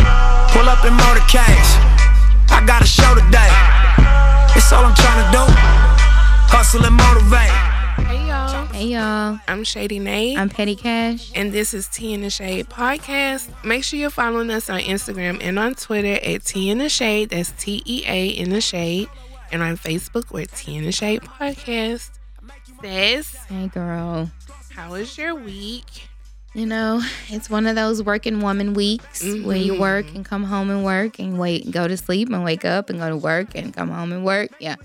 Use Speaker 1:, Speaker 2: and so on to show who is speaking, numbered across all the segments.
Speaker 1: Pull up in motorcades. I got a show today. It's all I'm trying to do. Hustle and motivate.
Speaker 2: Hey y'all,
Speaker 3: Hey y'all,
Speaker 2: I'm Shady Nate,
Speaker 3: I'm Petty Cash.
Speaker 2: and this is Tea in the Shade podcast. Make sure you're following us on Instagram and on Twitter at Tea in the Shade. That's T E A in the Shade, and on Facebook we're Tea in the Shade podcast. Sis,
Speaker 3: Hey girl,
Speaker 2: how was your week?
Speaker 3: you know it's one of those working woman weeks where you work and come home and work and wait, go to sleep and wake up and go to work and come home and work. Yeah,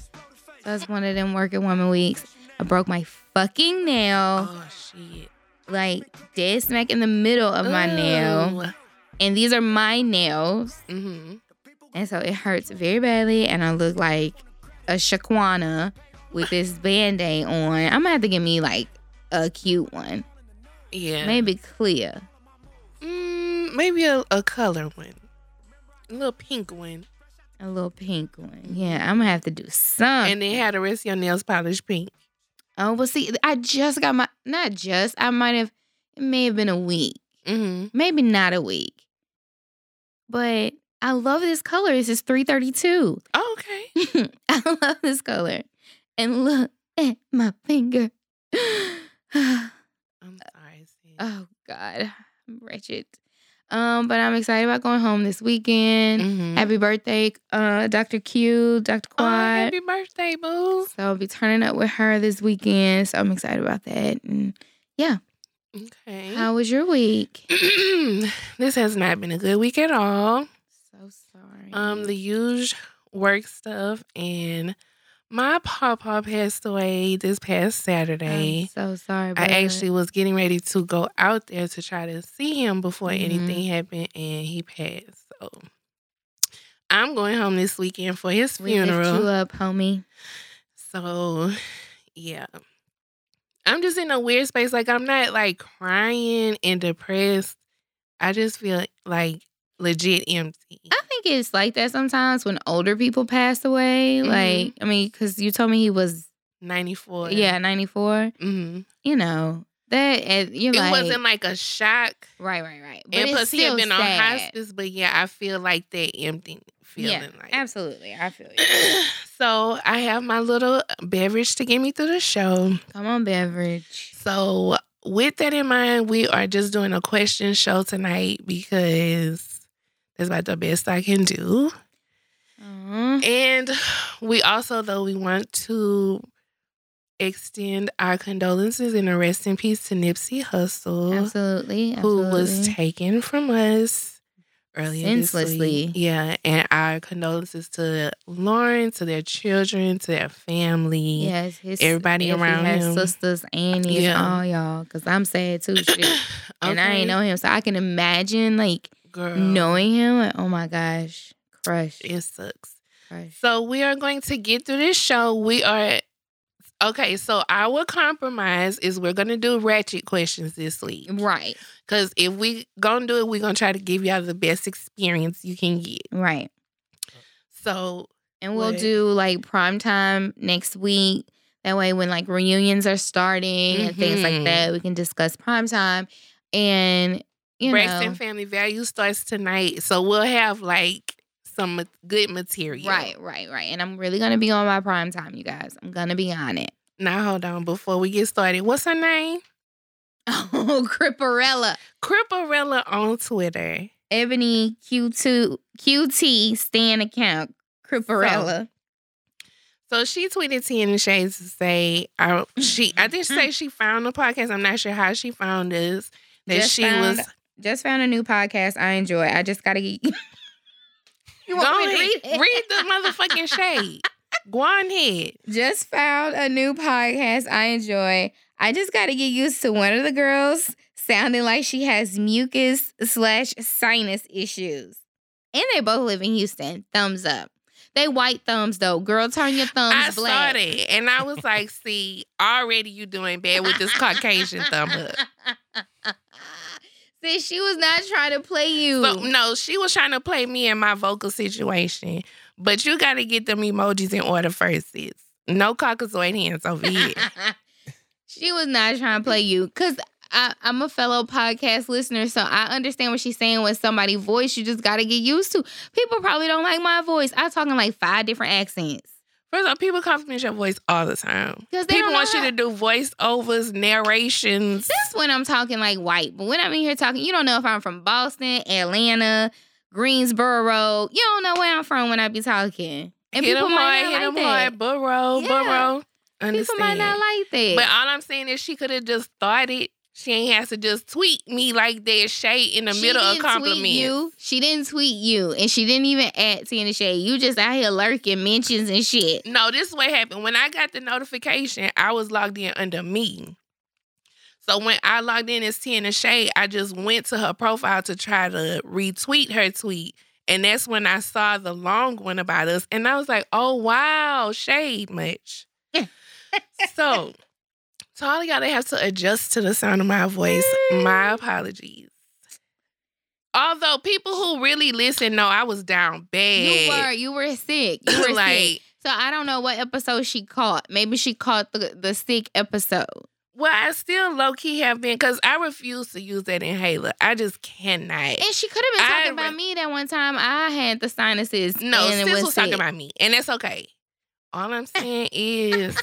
Speaker 3: so it's one of them working woman weeks. I broke my fucking nail,
Speaker 2: Oh shit!
Speaker 3: like dead smack in the middle of my nail, and these are my nails,
Speaker 2: Mm-hmm.
Speaker 3: and so it hurts very badly, and I look like a shaquana with this band aid on. I'm gonna have to give me like a cute one.
Speaker 2: Yeah, maybe,
Speaker 3: Maybe clear.
Speaker 2: mm, maybe a, a color one, a little pink one,
Speaker 3: A little pink one. Yeah, I'm gonna have to do something.
Speaker 2: and then had the rest of your nails polished pink.
Speaker 3: oh, well, see, I just got my, not just, I might have, it may have been a week,
Speaker 2: Mm-hmm.
Speaker 3: maybe not a week. But I love this color. This is 332.
Speaker 2: Oh, okay.
Speaker 3: I love this color. And look at my finger.
Speaker 2: I'm sorry, sis.
Speaker 3: oh, God, I'm wretched. Um, but I'm excited about going home this weekend.
Speaker 2: Mhm.
Speaker 3: Happy birthday, uh, Dr. Q, Dr.
Speaker 2: Oh,
Speaker 3: Quad.
Speaker 2: happy birthday, boo.
Speaker 3: So I'll be turning up with her this weekend. So I'm excited about that. And
Speaker 2: Okay.
Speaker 3: how was your week?
Speaker 2: this has not been a good week at all.
Speaker 3: So sorry.
Speaker 2: Um, the huge work stuff and my papa passed away this past
Speaker 3: I'm
Speaker 2: Saturday.
Speaker 3: so sorry.
Speaker 2: I
Speaker 3: bud.
Speaker 2: actually was getting ready to go out there to try to see him before
Speaker 3: Mhm.
Speaker 2: anything happened and he passed. So I'm going home this weekend for his
Speaker 3: we lift
Speaker 2: funeral.
Speaker 3: you up, homie.
Speaker 2: So, yeah. I'm just in a weird space. Like, I'm not like crying and depressed. I just feel like legit empty.
Speaker 3: I think it's like that sometimes when older people pass away.
Speaker 2: Mhm.
Speaker 3: Like, I mean, because you told me he was
Speaker 2: 94.
Speaker 3: yeah 94.
Speaker 2: hmm
Speaker 3: You know that and you're
Speaker 2: It
Speaker 3: like
Speaker 2: wasn't like a shock.
Speaker 3: right, right, right. But
Speaker 2: and
Speaker 3: it's
Speaker 2: plus, he had
Speaker 3: still
Speaker 2: been on
Speaker 3: sad.
Speaker 2: hospice, but yeah, I feel like that empty feeling.
Speaker 3: Yeah,
Speaker 2: like.
Speaker 3: absolutely. I feel you.
Speaker 2: so, I have my little beverage to get me through the show.
Speaker 3: Come on, beverage.
Speaker 2: So, with that in mind, we are just doing a question show tonight because that's about the best I can do.
Speaker 3: Aw.
Speaker 2: And we also, though, we want to extend our condolences and a rest in peace to Nipsey Hussle,
Speaker 3: Absolutely, absolutely.
Speaker 2: who was taken from us earlier This
Speaker 3: Senselessly.
Speaker 2: week. Yeah, and our condolences to Lauren, to their children, to their family.
Speaker 3: Yes, his
Speaker 2: everybody
Speaker 3: if he
Speaker 2: around
Speaker 3: has
Speaker 2: him.
Speaker 3: sisters, aunties,
Speaker 2: Yeah.
Speaker 3: all y'all. Cause I'm sad too, shit. And I
Speaker 2: Okay,
Speaker 3: ain't know him, so I can imagine like
Speaker 2: girl.
Speaker 3: knowing him. Like, oh my gosh, crush,
Speaker 2: it sucks.
Speaker 3: crush.
Speaker 2: So we are going to get through this show. We are okay. So our compromise is we're gonna do ratchet questions this week
Speaker 3: Right,
Speaker 2: because if we gonna do it, we're gonna try to give y'all the best experience you can get.
Speaker 3: right.
Speaker 2: So
Speaker 3: And we'll
Speaker 2: What?
Speaker 3: do like prime time next week. That way, when like reunions are starting and things like
Speaker 2: Mhm.
Speaker 3: that, we can discuss prime time. And you
Speaker 2: Braxton
Speaker 3: know,
Speaker 2: Family Value starts tonight, so we'll have like some ma- good material.
Speaker 3: right, right, right. And I'm really gonna be on my prime time, you guys. I'm gonna be on it.
Speaker 2: now, hold on. Before we get started, what's her name?
Speaker 3: Oh, Cripperella.
Speaker 2: Cripperella on Twitter.
Speaker 3: Ebony Q2 QT Stan account Cripperella.
Speaker 2: So she tweeted T and Shades to say, I, she
Speaker 3: Mm-hmm.
Speaker 2: I did say she found the podcast. I'm not sure how she found us. That
Speaker 3: Just
Speaker 2: she
Speaker 3: found-
Speaker 2: was
Speaker 3: Just found a new podcast I enjoy. I just gotta get you
Speaker 2: Go
Speaker 3: want me to
Speaker 2: ahead,
Speaker 3: read it?
Speaker 2: the motherfucking shade. Go on ahead.
Speaker 3: Just found a new podcast I enjoy. I just gotta get used to one of the girls sounding like she has mucus slash sinus issues. And they both live in Houston. Thumbs up. They white thumbs though. Girl, turn your thumbs
Speaker 2: I
Speaker 3: black.
Speaker 2: saw that and I was like, see, already you doing bad with this Caucasian thumb up.
Speaker 3: See, she was not trying to play you.
Speaker 2: So, no, she was trying to play me in my vocal situation, but you got to get them emojis in order first, sis. No caucasoid hands over here.
Speaker 3: she was not trying to play you because I, I'm a fellow podcast listener, so I understand what she's saying with somebody' voice. You just got to get used to. People probably don't like my voice. I talk in like five different accents
Speaker 2: First of all, people compliment your voice all the time.
Speaker 3: because they
Speaker 2: People
Speaker 3: don't know
Speaker 2: want
Speaker 3: how-
Speaker 2: you to do voiceovers, narrations.
Speaker 3: That's when I'm talking like white. But when I'm in here talking, you don't know if I'm from Boston, Atlanta, Greensboro. You don't know where I'm from when I be talking. And
Speaker 2: hit
Speaker 3: people
Speaker 2: them
Speaker 3: might
Speaker 2: hard, hit
Speaker 3: not
Speaker 2: them
Speaker 3: like that.
Speaker 2: hard, burrow,
Speaker 3: Yeah.
Speaker 2: burrow. Understand.
Speaker 3: People might not like that.
Speaker 2: But all I'm saying is she could have just started. She ain't has to just tweet me like that shade in the
Speaker 3: She
Speaker 2: middle of
Speaker 3: didn't tweet
Speaker 2: compliments.
Speaker 3: you. She didn't tweet you, and she didn't even add Tina Shay. You just out here lurking mentions and shit.
Speaker 2: No, this is what happened. When I got the notification, I was logged in under me. So when I logged in as Tina Shay, I just went to her profile to try to retweet her tweet. And that's when I saw the long one about us. And I was like, oh, wow, shade much. so, to all of y'all that have to adjust to the sound of my voice, my apologies. Although people who really listen know I was down
Speaker 3: You were
Speaker 2: bad.
Speaker 3: you were sick. You were sick.
Speaker 2: like,
Speaker 3: So I don't know what episode she caught. Maybe she caught the the sick episode.
Speaker 2: Well, I still low key have been because I refuse to use that inhaler. I just cannot.
Speaker 3: And she could have been
Speaker 2: I
Speaker 3: talking
Speaker 2: re-
Speaker 3: about me that one time. I had the sinuses.
Speaker 2: No,
Speaker 3: and it
Speaker 2: sis was, talking
Speaker 3: sick.
Speaker 2: about me, and that's okay. All I'm saying is,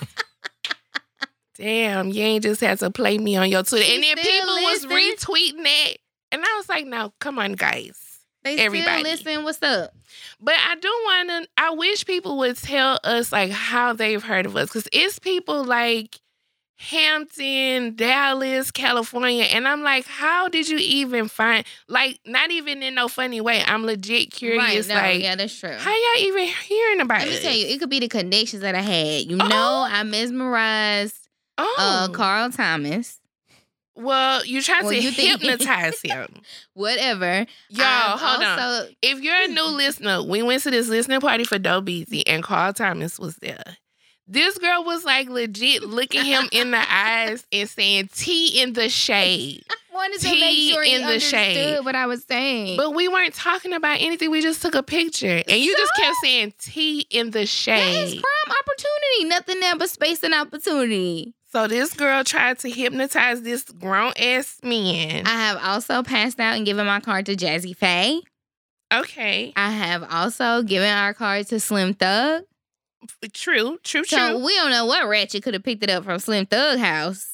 Speaker 2: damn, you ain't just had to play me on your Twitter,
Speaker 3: She
Speaker 2: and then
Speaker 3: still
Speaker 2: people
Speaker 3: listen?
Speaker 2: was retweeting it, and I was like, no, come on, guys.
Speaker 3: They
Speaker 2: everybody.
Speaker 3: still listen. What's up?
Speaker 2: But I do want to. I wish people would tell us like how they've heard of us, because it's people like Hampton, Dallas, California, and I'm like, how did you even find? Like, not even in no funny way. I'm legit curious.
Speaker 3: right? No,
Speaker 2: like,
Speaker 3: yeah, that's true.
Speaker 2: how y'all even hearing about
Speaker 3: Let me
Speaker 2: us?
Speaker 3: tell you, it could be the connections that I had. You
Speaker 2: Oh.
Speaker 3: know, I mesmerized
Speaker 2: Oh,
Speaker 3: uh, Carl Thomas.
Speaker 2: well, you try
Speaker 3: Well,
Speaker 2: to
Speaker 3: you think-
Speaker 2: hypnonize him.
Speaker 3: Whatever.
Speaker 2: Y'all, hold on.
Speaker 3: on.
Speaker 2: If you're a new
Speaker 3: Mm.
Speaker 2: listener, we went to this listening party for Doe Beezy and Carl Thomas was there. This girl was like legit looking him in the eyes and saying T in the shade.
Speaker 3: wanted to
Speaker 2: Tea
Speaker 3: make sure
Speaker 2: in
Speaker 3: you
Speaker 2: the shade.
Speaker 3: understood what I was saying.
Speaker 2: But we weren't talking about anything. We just took a picture. And you just kept saying T in the
Speaker 3: that is
Speaker 2: shade.
Speaker 3: prime opportunity. Nothing there but space and opportunity.
Speaker 2: So this girl tried to hypnotize this grown ass man.
Speaker 3: I have also passed out and given my card to Jazzy Faye.
Speaker 2: Okay.
Speaker 3: I have also given our card to Slim Thug.
Speaker 2: True, true,
Speaker 3: So
Speaker 2: true.
Speaker 3: we don't know what ratchet could have picked it up from Slim Thug house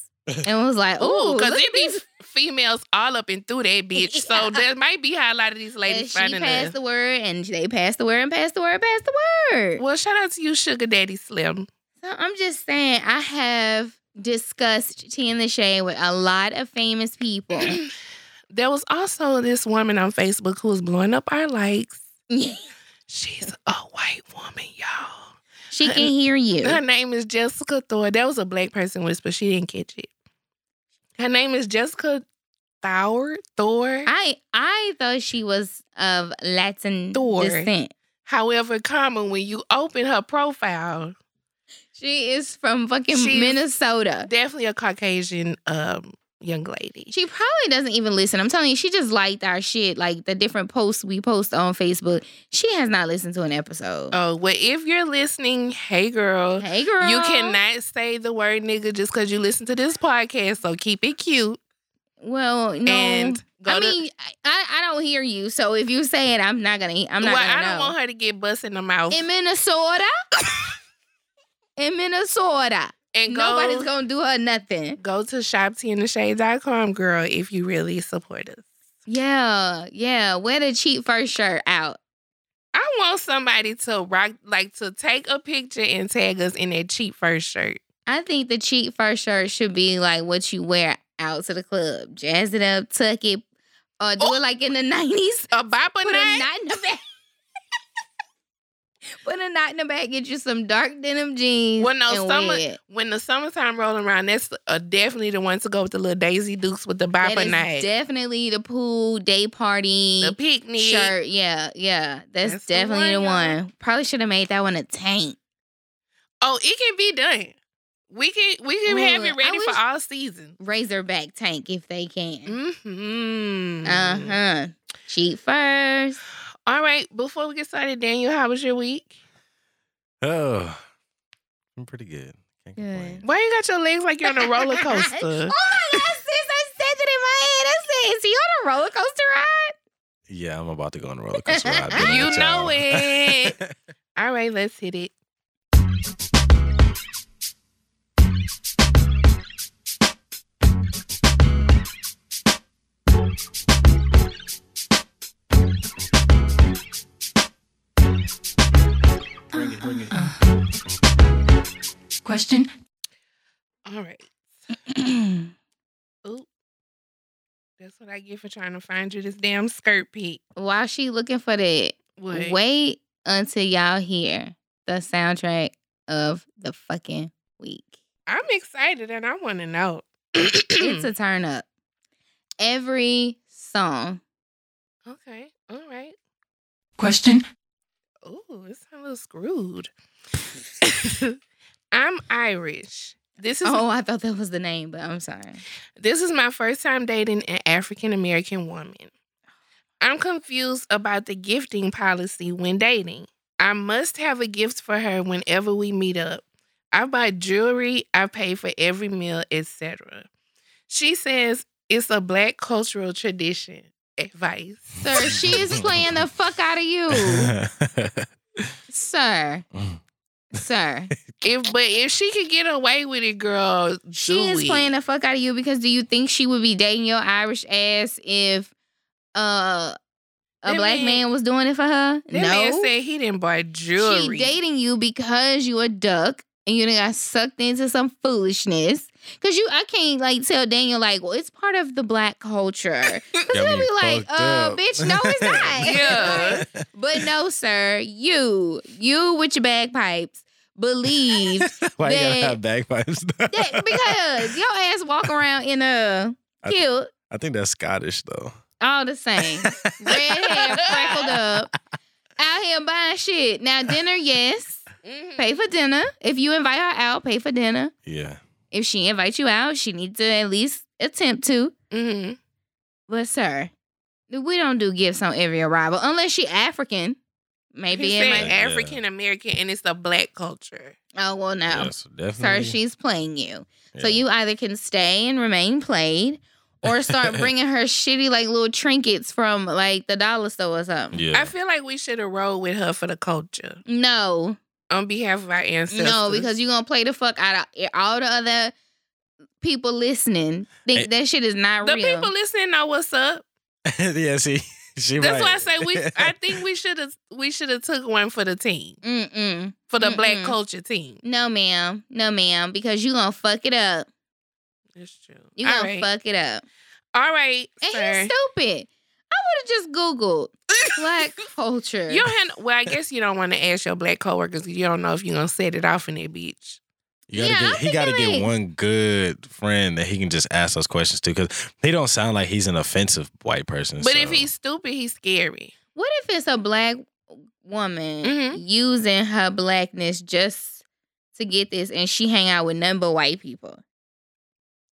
Speaker 3: and was like,
Speaker 2: Ooh,
Speaker 3: "Ooh,
Speaker 2: because
Speaker 3: look
Speaker 2: it
Speaker 3: at
Speaker 2: be
Speaker 3: these."
Speaker 2: females all up and through that bitch. So
Speaker 3: Yeah.
Speaker 2: that might be how a lot of these
Speaker 3: And
Speaker 2: ladies
Speaker 3: she
Speaker 2: finding us.
Speaker 3: passed the word, and they passed the word, and passed the word, passed the word.
Speaker 2: Well, shout out to you, Sugar Daddy Slim.
Speaker 3: So I'm just saying, I have discussed Tea in the Shade with a lot of famous people.
Speaker 2: There was also this woman on Facebook who was blowing up our likes.
Speaker 3: she
Speaker 2: She's a white woman, y'all.
Speaker 3: can hear you.
Speaker 2: Her name is Jessica Thor. That was a black person whisper. She didn't catch it. Her name is Jessica Thor. Thor.
Speaker 3: I I thought she was of Latin
Speaker 2: Thor.
Speaker 3: descent.
Speaker 2: However, common when you open her profile,
Speaker 3: She is from fucking
Speaker 2: She's-
Speaker 3: Minnesota.
Speaker 2: definitely a Caucasian um, young lady.
Speaker 3: She probably doesn't even listen. I'm telling you, she just liked our shit, like the different posts we post on Facebook. She has not listened to an episode.
Speaker 2: Oh, well, if you're listening, hey girl.
Speaker 3: hey, girl,
Speaker 2: You cannot say the word nigga just because you listen to this podcast, so keep it cute.
Speaker 3: Well, no.
Speaker 2: and go
Speaker 3: I
Speaker 2: to-
Speaker 3: mean, I- I, I don't hear you. So if you say it, I'm not gonna. I'm not
Speaker 2: well,
Speaker 3: gonna
Speaker 2: I don't
Speaker 3: know.
Speaker 2: want her to get bust in the mouth
Speaker 3: in Minnesota. in Minnesota,
Speaker 2: and go,
Speaker 3: nobody's gonna do her nothing.
Speaker 2: go to shoptntheshade.com, girl, if you really support us.
Speaker 3: Yeah, yeah. Wear the cheap first shirt out.
Speaker 2: I want somebody to rock, like to take a picture and tag us in that cheap first shirt.
Speaker 3: I think the cheap first shirt should be like what you wear out to the club. Jazz it up, tuck it, or do it like in
Speaker 2: Oh!
Speaker 3: the nineties.
Speaker 2: A bopper
Speaker 3: Put a
Speaker 2: night?
Speaker 3: knot in the back. Put a knot in the back. Get you some dark denim jeans.
Speaker 2: Well, no,
Speaker 3: and
Speaker 2: summer-
Speaker 3: wear it.
Speaker 2: When the summertime rolling around, that's uh, definitely the one to go with the little Daisy Dukes with the
Speaker 3: That
Speaker 2: bopper
Speaker 3: is
Speaker 2: night.
Speaker 3: definitely the pool day party
Speaker 2: the picnic.
Speaker 3: shirt. Yeah, yeah. That's,
Speaker 2: That's the
Speaker 3: definitely the
Speaker 2: one,
Speaker 3: one.
Speaker 2: y'all.
Speaker 3: Probably should have made that one a tank.
Speaker 2: Oh, it can be done. We can we can have
Speaker 3: Ooh,
Speaker 2: it
Speaker 3: I
Speaker 2: ready for
Speaker 3: wish-
Speaker 2: all seasons.
Speaker 3: Razorback tank if they can.
Speaker 2: Mm-hmm.
Speaker 3: Uh huh. Cheat first.
Speaker 2: All right. Before we get started, Daniel, how was your week?
Speaker 4: Oh, I'm pretty good. Can't
Speaker 3: Good.
Speaker 4: complain.
Speaker 2: Why you got your legs like you're on a roller coaster?
Speaker 3: oh my God, sis, I said Is he on a roller coaster ride?
Speaker 4: Yeah, I'm about to go on a roller coaster ride. Be
Speaker 2: You
Speaker 4: with
Speaker 2: know
Speaker 4: y'all.
Speaker 2: it. All right, let's hit it.
Speaker 5: Question.
Speaker 2: All right. Oop. That's what I get for trying to find you this damn skirt, Pete.
Speaker 3: While she looking for that,
Speaker 2: What?
Speaker 3: wait until y'all hear the soundtrack of the fucking week.
Speaker 2: I'm excited and I want to know.
Speaker 3: it's a turn up. Every song.
Speaker 2: okay. All right.
Speaker 5: Question.
Speaker 2: Ooh, it's a little screwed. I'm Irish. This is
Speaker 3: Oh, I thought that was the name, but I'm sorry.
Speaker 2: This is my first time dating an African American woman. I'm confused about the gifting policy when dating. I must have a gift for her whenever we meet up. I buy jewelry, I pay for every meal, etc. She says it's a black cultural tradition. Advice.
Speaker 3: Sir, she is playing the fuck out of you. Sir, sir.
Speaker 2: If but if she could get away with it, girl,
Speaker 3: She
Speaker 2: do
Speaker 3: is
Speaker 2: it.
Speaker 3: playing the fuck out of you because do you think she would be dating your Irish ass if uh a
Speaker 2: That
Speaker 3: black
Speaker 2: man-
Speaker 3: man was doing it for her?
Speaker 2: That man
Speaker 3: no.
Speaker 2: said he didn't buy jewelry.
Speaker 3: She dating you because you a duck and you done got sucked into some foolishness. Cause you I can't like tell Daniel like, well, it's part of the black culture.
Speaker 4: Got
Speaker 3: He'll
Speaker 4: me
Speaker 3: be like,
Speaker 4: fucked
Speaker 3: uh,
Speaker 4: up.
Speaker 3: bitch, no, it's not.
Speaker 2: Yeah.
Speaker 4: Like,
Speaker 3: But no, sir, you, you with your bagpipes, believe
Speaker 4: Why you gotta
Speaker 3: that-
Speaker 4: have bagpipes?
Speaker 3: that because your ass walk around in a
Speaker 4: I-
Speaker 3: kilt
Speaker 4: I think that's Scottish though.
Speaker 3: all the same, red hair freckled up, out here buying shit. Now dinner, yes,
Speaker 2: Mhm.
Speaker 3: pay for dinner. If you invite her out, pay for dinner.
Speaker 4: Yeah.
Speaker 3: If she invites you out, she needs to at least attempt to.
Speaker 2: Mhm.
Speaker 3: But sir, we don't do gifts on every arrival unless she African. Maybe
Speaker 2: He
Speaker 3: it
Speaker 2: said
Speaker 3: might.
Speaker 4: Yeah.
Speaker 2: African American and it's a black culture.
Speaker 3: Oh well, no.
Speaker 4: Yes, definitely.
Speaker 3: Sir, she's playing you. So
Speaker 4: Yeah.
Speaker 3: you either can stay and remain played or start bringing her shitty, like, little trinkets from, like, the dollar store or something.
Speaker 4: Yeah.
Speaker 2: I feel like we should have rolled with her for the culture
Speaker 3: No,
Speaker 2: on behalf of our ancestors.
Speaker 3: no, because you're going to play the fuck out of e, all the other people listening. Think
Speaker 4: Hey.
Speaker 3: that shit is not
Speaker 2: the
Speaker 3: real.
Speaker 2: people listening know what's up.
Speaker 4: yeah. See, she.
Speaker 2: That's
Speaker 4: right.
Speaker 2: why I say we. I think we should have. We should have took one for the team
Speaker 3: Mm-mm.
Speaker 2: for the black
Speaker 3: Mm-mm.
Speaker 2: culture team.
Speaker 3: No, ma'am. No, ma'am. Because you going to fuck it up.
Speaker 2: That's true.
Speaker 3: you
Speaker 2: All
Speaker 3: going
Speaker 2: right.
Speaker 3: to fuck it up.
Speaker 2: All right,
Speaker 3: And
Speaker 2: sir.
Speaker 3: he's stupid. I would have just Googled black culture.
Speaker 2: You don't have, well, I guess you don't want to ask your black coworkers. 'cause You don't know if you're gonna set it off in that bitch.
Speaker 4: You gotta
Speaker 3: Yeah,
Speaker 4: get,
Speaker 3: I'm
Speaker 4: he got to
Speaker 3: thinking
Speaker 4: get
Speaker 3: like-
Speaker 4: one good friend that he can just ask those questions to because they don't sound like he's an offensive white person.
Speaker 2: But if
Speaker 4: so-
Speaker 2: he's stupid, he's scary.
Speaker 3: What if it's a black woman
Speaker 2: Mhm.
Speaker 3: using her blackness just to get this, and she hang out with none but white people,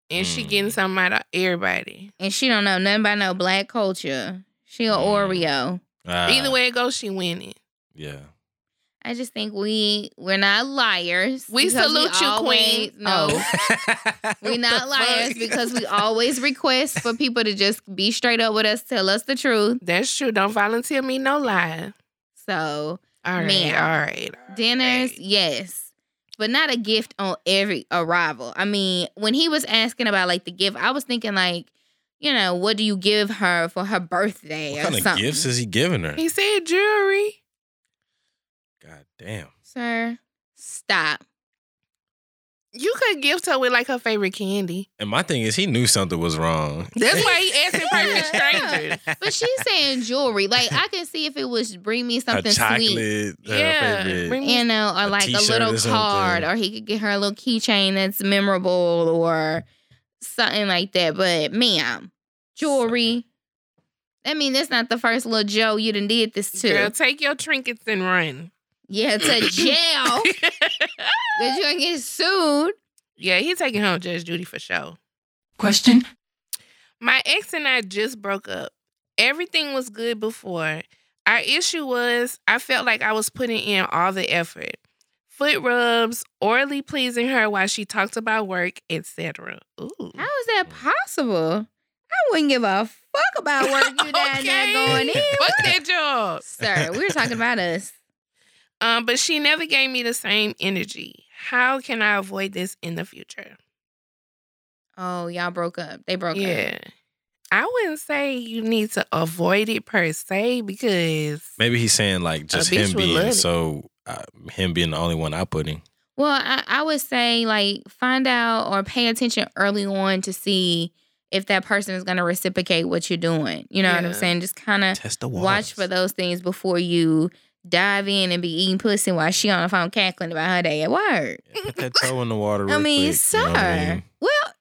Speaker 2: And she
Speaker 4: Mm.
Speaker 2: getting something out of everybody.
Speaker 3: and she don't know nothing about no black culture. She a
Speaker 4: Mm.
Speaker 3: Oreo.
Speaker 4: Ah,
Speaker 2: Either way it goes, she winning.
Speaker 4: yeah,
Speaker 3: I just think we we're not liars.
Speaker 2: We
Speaker 3: because
Speaker 2: salute you,
Speaker 3: always-
Speaker 2: queen. Oh.
Speaker 3: No, we
Speaker 4: What
Speaker 3: not
Speaker 4: the
Speaker 3: liars
Speaker 4: fuck?
Speaker 3: because we always request for people to just be straight up with us, tell us the truth.
Speaker 2: That's true. Don't volunteer me no lie.
Speaker 3: So
Speaker 2: All right,
Speaker 3: Ma'am.
Speaker 2: all right. all
Speaker 3: Dinners,
Speaker 2: right.
Speaker 3: yes. But not a gift on every arrival. I mean, when he was asking about like the gift, I was thinking like, you know, what do you give her for her birthday
Speaker 4: what
Speaker 3: or
Speaker 4: kind of
Speaker 3: something?
Speaker 4: gifts is he giving her?
Speaker 2: He said jewelry.
Speaker 4: God damn.
Speaker 3: Sir, stop.
Speaker 2: You could gift her with like her favorite candy.
Speaker 4: And my thing is, he knew something was wrong.
Speaker 2: That's why he asking perfect
Speaker 3: Yeah.
Speaker 2: strangers.
Speaker 3: But she's saying jewelry. Like I can see if it was bring me
Speaker 4: Her
Speaker 3: something sweet.
Speaker 4: chocolate. her
Speaker 2: Yeah,
Speaker 4: favorite-
Speaker 2: bring me-
Speaker 3: You know, or
Speaker 4: A
Speaker 3: like a
Speaker 4: t-shirt
Speaker 3: little
Speaker 4: or something.
Speaker 3: card, or he could get her a little keychain that's memorable or something like that. But ma'am, jewelry. I mean, that's not the first little Joe you done did this to.
Speaker 2: Girl, take your trinkets and run.
Speaker 3: Yeah, to jail. that you gonna get sued.
Speaker 2: yeah, he taking home Judge Judy for sure.
Speaker 5: Question.
Speaker 2: My ex and I just broke up. Everything was good before. Our issue was I felt like I was putting in all the effort. Foot rubs, orally pleasing her while she talked about work, etc. Ooh.
Speaker 3: How is that possible? I wouldn't give a fuck about work you down
Speaker 2: Okay.
Speaker 3: there going in.
Speaker 2: Fuck that job.
Speaker 3: Sir, we were talking about us.
Speaker 2: Um, but she never gave me the same energy. How can I avoid this in the future?
Speaker 3: Oh, y'all broke up. They broke up.
Speaker 2: Yeah. I wouldn't say you need to avoid it per se because
Speaker 4: Maybe he's saying like just
Speaker 2: bitch
Speaker 4: him
Speaker 2: would love
Speaker 4: being
Speaker 2: it.
Speaker 4: so uh, him being the only one outputting.
Speaker 3: Well, I, I would say like find out or pay attention early on to see if that person is gonna reciprocate what you're doing. You know what I'm
Speaker 2: Yeah.
Speaker 3: saying? Just kind of
Speaker 4: Test the waters.
Speaker 3: watch for those things before you dive in and be eating pussy while she on the phone cackling about her day at work.
Speaker 4: Yeah, Put that toe in the water.
Speaker 3: I
Speaker 4: real
Speaker 3: mean,
Speaker 4: quick,
Speaker 3: sir.
Speaker 4: you know what I mean?
Speaker 3: Well,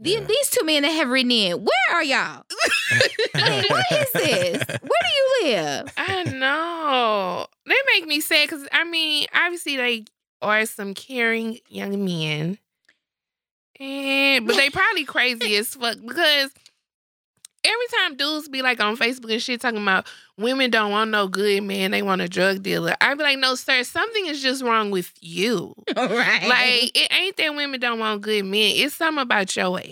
Speaker 3: the-
Speaker 4: Yeah.
Speaker 3: these two men that have written in, where are y'all? Like, what is this? Where do you live?
Speaker 2: I know. They make me sad because I mean, obviously they are some caring young men. And but they probably crazy as fuck because every time dudes be like on Facebook and shit talking about women don't want no good man, they want a drug dealer. I'd be like, no, sir, something is just wrong with you.
Speaker 3: All right.
Speaker 2: Like, it ain't that women don't want good men. It's something about your ass.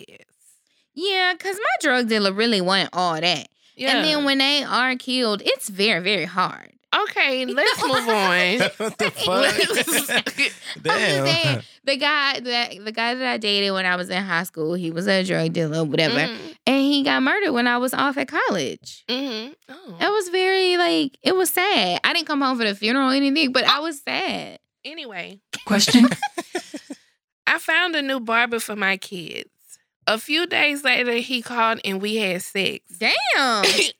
Speaker 3: yeah, because my drug dealer really want all that.
Speaker 2: Yeah.
Speaker 3: And then when they are killed, it's very, very hard.
Speaker 2: okay, let's move on.
Speaker 4: what the fuck?
Speaker 3: I'm just saying,
Speaker 4: Damn.
Speaker 3: the guy that the guy that I dated when I was in high school, he was a drug dealer, whatever,
Speaker 4: Mm.
Speaker 2: Mhm,
Speaker 3: and he got murdered when I was off at college.
Speaker 2: mhm. Oh.
Speaker 3: It was very like it was sad. I didn't come home for the funeral or anything, but I was sad.
Speaker 2: Anyway,
Speaker 5: question,
Speaker 2: I found a new barber for my kids. A few days later, he called and we had sex.
Speaker 3: Damn.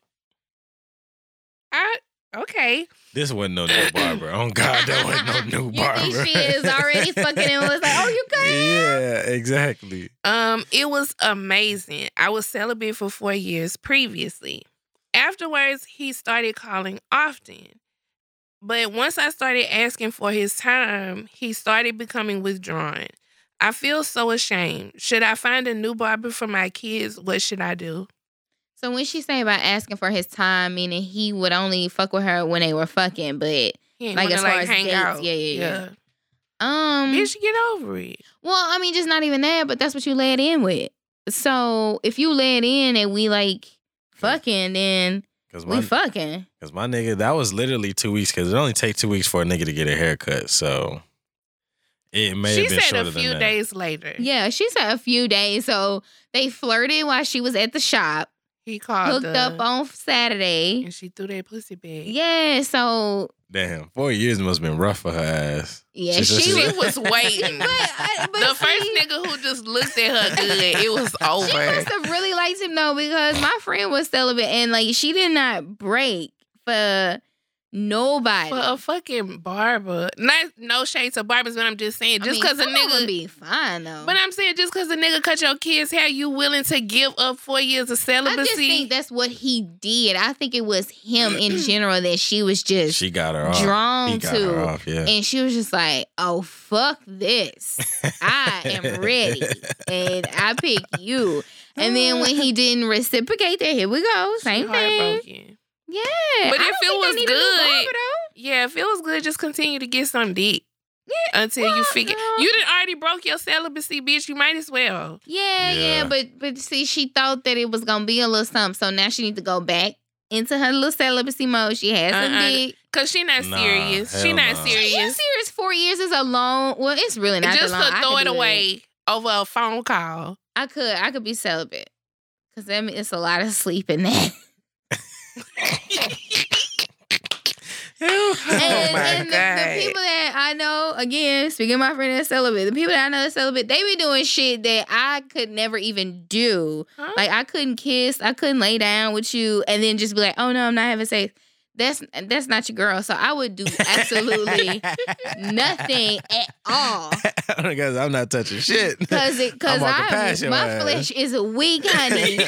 Speaker 2: I okay.
Speaker 4: This wasn't no new barber. Oh God, that wasn't no new
Speaker 3: You
Speaker 4: barber.
Speaker 3: think she is already fucking and was like, "Oh, you got it?"
Speaker 4: Yeah, exactly.
Speaker 2: Um, it was amazing. I was celibate for four years previously. Afterwards, he started calling often. But once I started asking for his time, he started becoming withdrawn. I feel so ashamed. Should I find a new barber for my kids? What should I do?
Speaker 3: So when she say about asking for his time, meaning he would only fuck with her when they were fucking, but
Speaker 2: He ain't
Speaker 3: Like,
Speaker 2: wanna,
Speaker 3: as far as dates, yeah, yeah, yeah. um,
Speaker 2: Bitch, get over it.
Speaker 3: well, I mean, just not even that, but that's what you led in with. So if you led in and we like fucking, then
Speaker 4: Cause
Speaker 3: we
Speaker 4: my,
Speaker 3: fucking.
Speaker 4: cause my nigga, that was literally two weeks. Cause it only takes two weeks for a nigga to get a haircut. So it may
Speaker 2: she
Speaker 4: have been
Speaker 2: said
Speaker 4: shorter
Speaker 2: a few
Speaker 4: than
Speaker 2: days later.
Speaker 3: Yeah, she said a few days. So they flirted while she was at the shop,
Speaker 2: He called
Speaker 3: hooked up
Speaker 2: on
Speaker 3: on Saturday.
Speaker 2: and she threw that pussy back.
Speaker 3: Yeah, so
Speaker 4: that. Damn, four years must have been rough for her ass.
Speaker 3: yeah,
Speaker 4: She-
Speaker 3: she
Speaker 4: she-
Speaker 2: She
Speaker 3: was.
Speaker 2: was waiting.
Speaker 3: But, I- but
Speaker 2: the first
Speaker 3: see-
Speaker 2: nigga who just looked at her good, it was over.
Speaker 3: She must have really liked him though, because my friend was celibate and like she did not break for nobody.
Speaker 2: For a fucking barber. Not no shade to barbers, but I'm just saying,
Speaker 3: I
Speaker 2: just
Speaker 3: mean,
Speaker 2: because a
Speaker 3: some of them
Speaker 2: nigga
Speaker 3: be fine though.
Speaker 2: But I'm saying just cause a nigga cut your kids hair, you willing to give up four years of
Speaker 3: I just think
Speaker 2: celibacy.
Speaker 3: that's what he did. I think it was him in general that she was just
Speaker 4: She got her off. he
Speaker 3: drawn
Speaker 4: got her
Speaker 3: to.
Speaker 4: off. Yeah.
Speaker 3: And she was just like, oh, fuck this. I am ready. And I pick you. And then when he didn't reciprocate that, here we go. Same
Speaker 2: She
Speaker 3: thing.
Speaker 2: heartbroken.
Speaker 3: Yeah.
Speaker 2: But
Speaker 3: I
Speaker 2: if
Speaker 3: don't
Speaker 2: it
Speaker 3: think they
Speaker 2: was
Speaker 3: need a new
Speaker 2: good,
Speaker 3: barber, though.
Speaker 2: Yeah, if it was good, just continue to get some dick. Until you
Speaker 3: well,
Speaker 2: figure
Speaker 3: girl.
Speaker 2: you done already broke your celibacy, bitch. You might as well.
Speaker 3: Yeah, yeah,
Speaker 4: Yeah.
Speaker 3: but but see, she thought that it was gonna be a little something, so now she needs to go back into her little celibacy mode. She has some
Speaker 2: Uh-uh.
Speaker 3: dick.
Speaker 2: Cause she not
Speaker 4: Nah,
Speaker 2: serious. She
Speaker 4: hell
Speaker 2: not
Speaker 4: nah.
Speaker 3: Are you
Speaker 2: serious.
Speaker 3: serious? Four years is a long. Well, it's really not
Speaker 2: just
Speaker 3: that long.
Speaker 2: to
Speaker 3: I
Speaker 2: throw
Speaker 3: could
Speaker 2: it
Speaker 3: do that.
Speaker 2: away over a phone call.
Speaker 3: I could. I could be celibate because that means it's a lot of sleep in that.
Speaker 4: oh
Speaker 3: and
Speaker 2: Oh my
Speaker 3: and the,
Speaker 2: God.
Speaker 3: the people that I know, again, speaking of my friend that's celibate, the people that I know that's celibate, they be doing shit that I could never even do.
Speaker 2: Huh?
Speaker 3: Like I couldn't kiss, I couldn't lay down with you, and then just be like, "Oh no, I'm not having sex." That's that's not your girl. So I would do absolutely nothing at all
Speaker 4: Because I'm not touching shit.
Speaker 3: because it because
Speaker 4: I'm walking
Speaker 3: I
Speaker 4: past your
Speaker 3: my
Speaker 4: ass.
Speaker 3: flesh is weak, honey.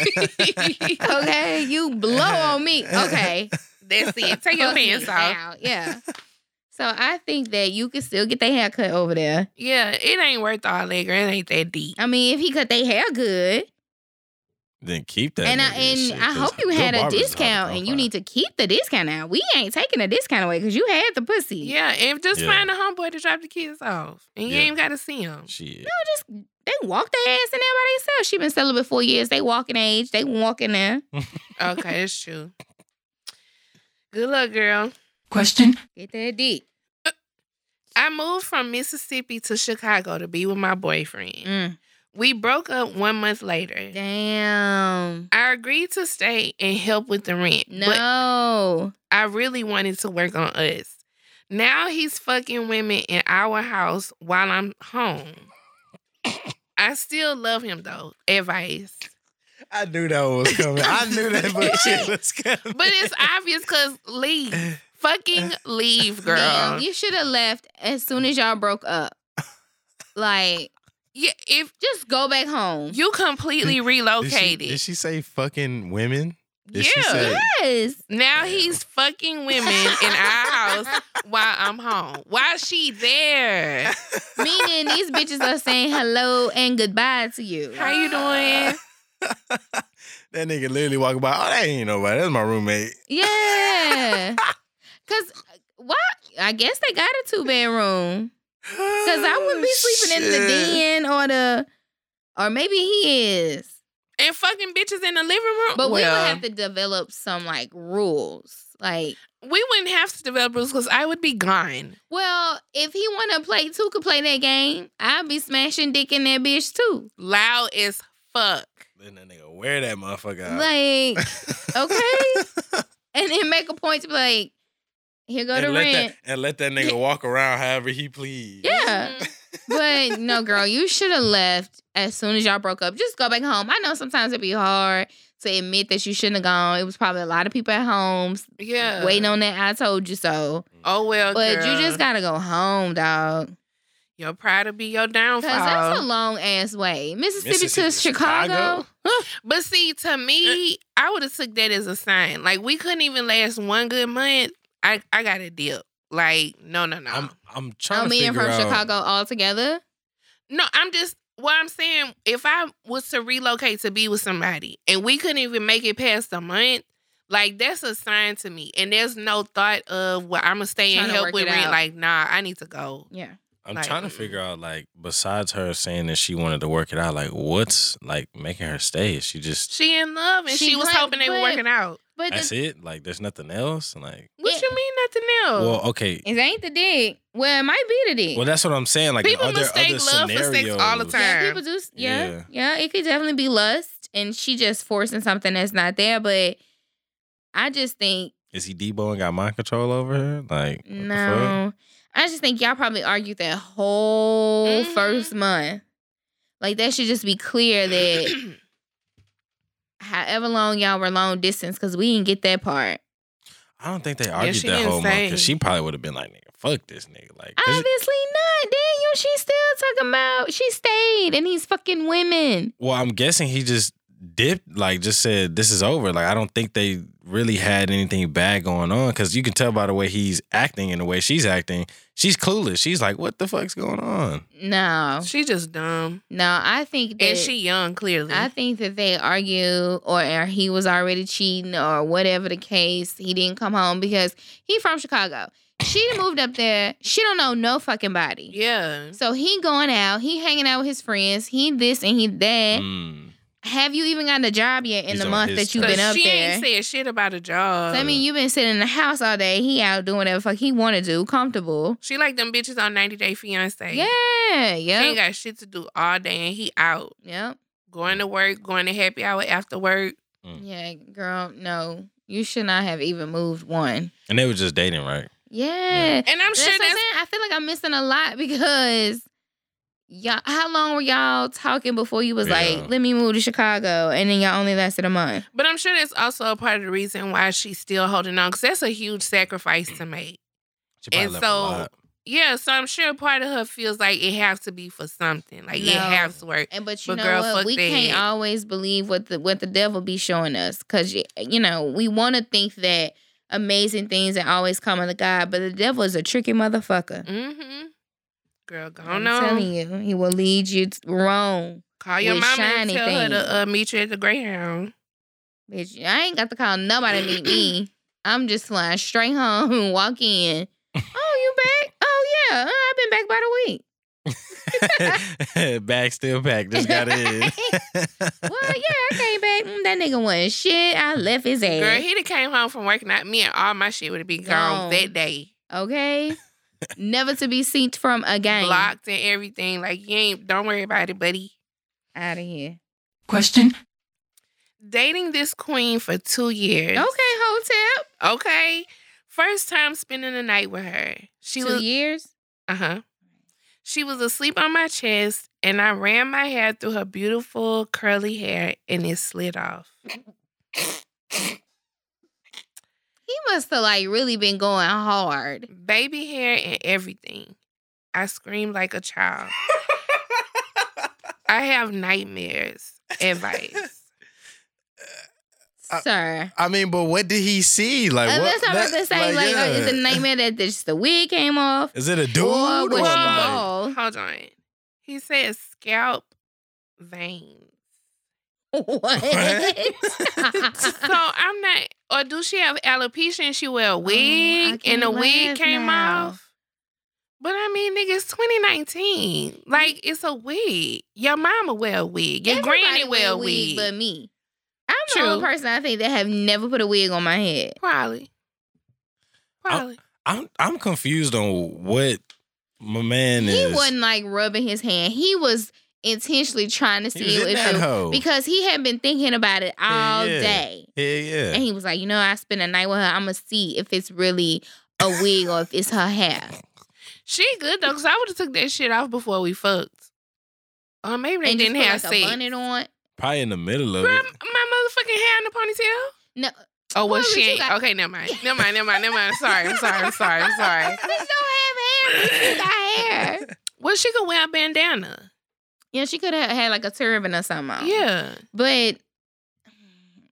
Speaker 3: okay, you blow on me. Okay,
Speaker 2: That's it. Take your
Speaker 3: Fuck me
Speaker 2: pants off.
Speaker 3: now. Yeah. So I think that you can still get their hair cut over there.
Speaker 2: Yeah, it ain't worth all that. girl. It ain't that deep.
Speaker 3: I mean, if he cut their hair good,
Speaker 4: Then keep that.
Speaker 3: and I
Speaker 4: nigga
Speaker 3: and
Speaker 4: shit,
Speaker 3: I
Speaker 4: 'cause
Speaker 3: hope you
Speaker 4: your
Speaker 3: had a
Speaker 4: barber's hard to
Speaker 3: discount,
Speaker 4: come
Speaker 3: and you
Speaker 4: by.
Speaker 3: need to keep the discount out. We ain't taking the discount away because you had the pussy.
Speaker 2: Yeah, and just
Speaker 4: Yeah.
Speaker 2: find a homeboy to drop the kids off, and you
Speaker 4: Yeah.
Speaker 2: ain't gotta see him.
Speaker 4: Shit.
Speaker 3: So just They walk their ass in there by themselves. She been celibate four years. They walking age. They walking there.
Speaker 2: Okay, it's true. Good luck, girl.
Speaker 5: question,
Speaker 3: Get that dick.
Speaker 2: I moved from Mississippi to Chicago to be with my boyfriend.
Speaker 3: Mm.
Speaker 2: We broke up one month later.
Speaker 3: Damn.
Speaker 2: I agreed to stay and help with the rent, but
Speaker 3: No.
Speaker 2: I really wanted to work on us. Now he's fucking women in our house while I'm home. I still love him though. Advice.
Speaker 4: I knew that one was coming. I knew that bullshit was coming.
Speaker 2: But it's obvious because leave. Fucking leave, girl.
Speaker 3: Damn, you should have left as soon as y'all broke up. Like,
Speaker 2: yeah, if
Speaker 3: just go back home.
Speaker 2: you completely
Speaker 4: Did she,
Speaker 2: relocated.
Speaker 4: did she say fucking women? Did
Speaker 2: yeah.
Speaker 4: she say-
Speaker 3: yes.
Speaker 2: Now he's fucking women in our house while I'm home. Why is she there?
Speaker 3: Meaning these bitches are saying hello and goodbye to you.
Speaker 2: How you doing?
Speaker 4: That nigga literally walking by. Oh, that ain't nobody. That's my roommate.
Speaker 3: Yeah. Cause what? I guess they got a two bedroom. Cause I wouldn't
Speaker 4: Oh,
Speaker 3: be sleeping in the den or the or maybe he is.
Speaker 2: And fucking bitches in the living room.
Speaker 3: But we
Speaker 2: Well,
Speaker 3: would have to develop some like rules. Like,
Speaker 2: we wouldn't have to develop rules because I would be gone.
Speaker 3: well, if he wanna play two could play that game, I'd be smashing dick in that bitch too.
Speaker 2: Loud as fuck.
Speaker 4: Then that nigga wear that motherfucker out.
Speaker 3: Like, okay. and then make a point to be like, here go the
Speaker 4: and, let that,
Speaker 3: rent.
Speaker 4: and let that nigga walk around however he please.
Speaker 3: Yeah.
Speaker 2: Mm-hmm.
Speaker 3: But no, girl, you should have left as soon as y'all broke up. Just go back home. I know sometimes it be hard to admit that you shouldn't have gone. It was probably a lot of people at home s-
Speaker 2: Yeah.
Speaker 3: waiting on that. I told you so.
Speaker 2: Oh well,
Speaker 3: But
Speaker 2: girl.
Speaker 3: you just gotta go home, dog.
Speaker 2: your pride will be your downfall.
Speaker 3: Cause that's a long ass way. Mississippi,
Speaker 4: Mississippi
Speaker 3: to
Speaker 4: to
Speaker 3: Chicago.
Speaker 4: Chicago?
Speaker 2: But see, to me,
Speaker 3: Uh,
Speaker 2: I would have took that as a sign. Like we couldn't even last one good month. I I got to deal. Like no, no, no.
Speaker 4: I'm I'm trying
Speaker 3: Oh,
Speaker 4: to
Speaker 3: me and
Speaker 4: figure
Speaker 3: from
Speaker 4: out.
Speaker 3: Chicago all together.
Speaker 2: No, I'm just what I'm saying. If I was to relocate to be with somebody and we couldn't even make it past a month, like that's a sign to me. And there's no thought of well, I'm gonna stay
Speaker 3: Tryna
Speaker 2: and help
Speaker 3: work
Speaker 2: with
Speaker 3: it
Speaker 2: rent.
Speaker 3: out.
Speaker 2: Like nah, I need to go.
Speaker 3: Yeah.
Speaker 4: I'm
Speaker 2: like-
Speaker 4: trying to figure out like besides her saying that she wanted to work it out, like what's like making her stay? Is she just
Speaker 2: She in love and she,
Speaker 3: She
Speaker 2: was
Speaker 3: like,
Speaker 2: hoping they were
Speaker 3: but-
Speaker 2: working out.
Speaker 3: But
Speaker 4: that's
Speaker 3: the,
Speaker 4: it? Like there's nothing else? Like
Speaker 2: What
Speaker 3: Yeah.
Speaker 2: you mean nothing else?
Speaker 3: Oh,
Speaker 4: well, okay.
Speaker 3: it ain't the dick. Well, it might be the dick.
Speaker 4: Well, that's what I'm saying. Like
Speaker 2: People
Speaker 4: are there
Speaker 2: mistake
Speaker 4: other
Speaker 2: love for sex
Speaker 4: scenarios?
Speaker 2: all the time.
Speaker 3: Yeah, people do. s- Yeah, yeah, It could definitely be lust, and she just forcing something that's not there. But I just think
Speaker 4: Is he Debo and got mind control over her? Like what the fuck?
Speaker 3: no. I just think y'all probably argued that whole
Speaker 2: Mhm.
Speaker 3: first month. Like that should just be clear that however long y'all were long distance, because we didn't get that part.
Speaker 4: I don't think they argued
Speaker 2: she
Speaker 4: that
Speaker 2: didn't
Speaker 4: whole month
Speaker 2: say.
Speaker 4: because she probably would have been like, "Nigga, fuck this nigga." Like 'cause
Speaker 3: Obviously not. Daniel, she still talking about she stayed and he's fucking women.
Speaker 4: Well, I'm guessing he just dipped, like just said, "This is over." Like I don't think they really had anything bad going on because you can tell by the way he's acting and the way she's acting. She's clueless. She's like, "What the fuck's going on?"
Speaker 3: No,
Speaker 2: she just dumb
Speaker 3: no. I think that
Speaker 2: and she young clearly.
Speaker 4: Mm-hmm.
Speaker 3: I think that they argue or, or he was already cheating or whatever the case. He didn't come home because he from Chicago. She moved up there. She don't know no fucking body.
Speaker 2: yeah.
Speaker 3: So he going out, he hanging out with his friends, he this and he
Speaker 2: Eh.
Speaker 3: that.
Speaker 4: Mm.
Speaker 3: Have you even gotten a job yet in
Speaker 4: He's
Speaker 3: the
Speaker 4: on
Speaker 3: month
Speaker 4: his Uh.
Speaker 3: that you've
Speaker 4: terms.
Speaker 3: been up
Speaker 2: she
Speaker 3: there?
Speaker 2: ain't said shit about a job.
Speaker 3: So, I mean, you've been sitting in the house all day. He out doing whatever fuck he want to do, comfortable.
Speaker 2: she like them bitches on 90 Day Fiance.
Speaker 3: Yeah,
Speaker 2: She ain't
Speaker 3: yeah,
Speaker 2: got shit to do all day and he out.
Speaker 3: yeah,
Speaker 2: Going to work, going to happy hour after work.
Speaker 4: Mm.
Speaker 3: yeah. Girl, no, you should not have even moved one.
Speaker 4: And they were just dating, right? Mm.
Speaker 3: Yeah,
Speaker 2: And I'm sure
Speaker 3: that's what I'm
Speaker 2: that's
Speaker 3: saying. I feel like I'm missing a lot because y'all. How long were y'all talking before you was
Speaker 4: Yeah.
Speaker 3: like, "Let me move to Chicago," and then y'all only lasted a month?
Speaker 2: but I'm sure that's also a part of the reason why she's still holding on cuz that's a huge sacrifice to make.
Speaker 4: She probably
Speaker 2: And
Speaker 4: left a
Speaker 2: so-
Speaker 4: lot.
Speaker 2: Yeah, so I'm sure part of her feels like it has to be for something. Like it
Speaker 3: No.
Speaker 2: has to work.
Speaker 3: And but you
Speaker 2: But
Speaker 3: know
Speaker 2: girl,
Speaker 3: what?
Speaker 2: fuck
Speaker 3: We
Speaker 2: that.
Speaker 3: can't always believe what the what the devil be showing us because you know we want to think that amazing things that always come of the God, but the devil is a tricky motherfucker.
Speaker 2: Mhm. Girl, go
Speaker 3: I'm
Speaker 2: on.
Speaker 3: telling you, he will lead you t- wrong.
Speaker 2: Call your
Speaker 3: with
Speaker 2: mama and
Speaker 3: shiny
Speaker 2: tell her
Speaker 3: things.
Speaker 2: to uh, meet you at the Greyhound.
Speaker 3: Bitch, I ain't got to call nobody to meet me. I'm just flying straight home and walk in. Oh, you back? Oh yeah, Uh, I've been back about a week.
Speaker 4: Bag still packed. Just got in.
Speaker 3: well, yeah, I came back. Mm, that nigga wasn't shit. I left his ass.
Speaker 2: Girl, he'd have came home from working out. Me and all my shit would have been gone
Speaker 3: Gone.
Speaker 2: that day.
Speaker 3: okay. Never to be seen from again.
Speaker 2: Blocked and everything. Like, you ain't, don't worry about it, buddy.
Speaker 3: Out of here.
Speaker 5: Question.
Speaker 2: Dating this queen for two years.
Speaker 3: Okay, hotel.
Speaker 2: Okay. First time spending the night with her. She
Speaker 3: Two
Speaker 2: was
Speaker 3: years.
Speaker 2: uh huh. She was asleep on my chest, and I ran my hair through her beautiful curly hair, and it slid off.
Speaker 3: He must have like really been going hard.
Speaker 2: Baby hair and everything. I screamed like a child. I have nightmares. Advice.
Speaker 4: I-
Speaker 3: Sir.
Speaker 4: I mean, but what did he see? Uh, Like,
Speaker 3: Uh,
Speaker 4: what?
Speaker 3: That's what I was
Speaker 4: that-
Speaker 3: about to say. Like,
Speaker 4: yeah.
Speaker 3: uh, it's a nightmare that just the wig came off.
Speaker 4: Is it a dude?
Speaker 3: or was
Speaker 4: or
Speaker 3: she
Speaker 4: like-
Speaker 3: bald?
Speaker 2: Hold on. He said scalp veins. so
Speaker 3: What?
Speaker 2: I'm not. Or do she have alopecia and she wear a wig
Speaker 3: Oh, I
Speaker 2: and the
Speaker 3: can't
Speaker 2: wig
Speaker 3: laugh
Speaker 2: came
Speaker 3: now.
Speaker 2: off? But I mean, nigga, it's 2019. Like it's a wig. Your mama wear a wig. Your
Speaker 3: Everybody
Speaker 2: granny wear a wig.
Speaker 3: but me. I'm the
Speaker 2: True.
Speaker 3: only person I think that have never put a wig on my head.
Speaker 2: Probably. Probably.
Speaker 4: I'm I'm confused on what my man
Speaker 3: He
Speaker 4: is.
Speaker 3: wasn't like rubbing his hand. He was intentionally trying to
Speaker 4: He
Speaker 3: see
Speaker 4: was
Speaker 3: if
Speaker 4: in that
Speaker 3: it,
Speaker 4: hoe.
Speaker 3: because he had been thinking about it all
Speaker 4: yeah.
Speaker 3: day.
Speaker 4: yeah, yeah.
Speaker 3: And he was like, you know, I spent a night with her. I'm gonna see if it's really a wig or if it's her hair.
Speaker 2: she good though, cause I would have took that shit off before we fucked. Or maybe they
Speaker 3: and just
Speaker 2: didn't
Speaker 3: put,
Speaker 2: have
Speaker 3: like, a
Speaker 2: sex.
Speaker 3: bonnet on.
Speaker 4: Probably in the middle of
Speaker 2: Bruh,
Speaker 4: it.
Speaker 2: my motherfucking hair in the ponytail.
Speaker 3: No,
Speaker 2: Oh well,
Speaker 3: Corey,
Speaker 2: she
Speaker 3: you
Speaker 2: ain't.
Speaker 3: got-
Speaker 2: okay, never mind. Never mind. Never mind. Never mind. Sorry. I'm sorry. I'm sorry. I'm sorry.
Speaker 3: Bitch don't have hair. She got hair.
Speaker 2: Well, she could wear a bandana.
Speaker 3: Yeah, she could have had like a turban or something. on.
Speaker 2: Yeah.
Speaker 3: But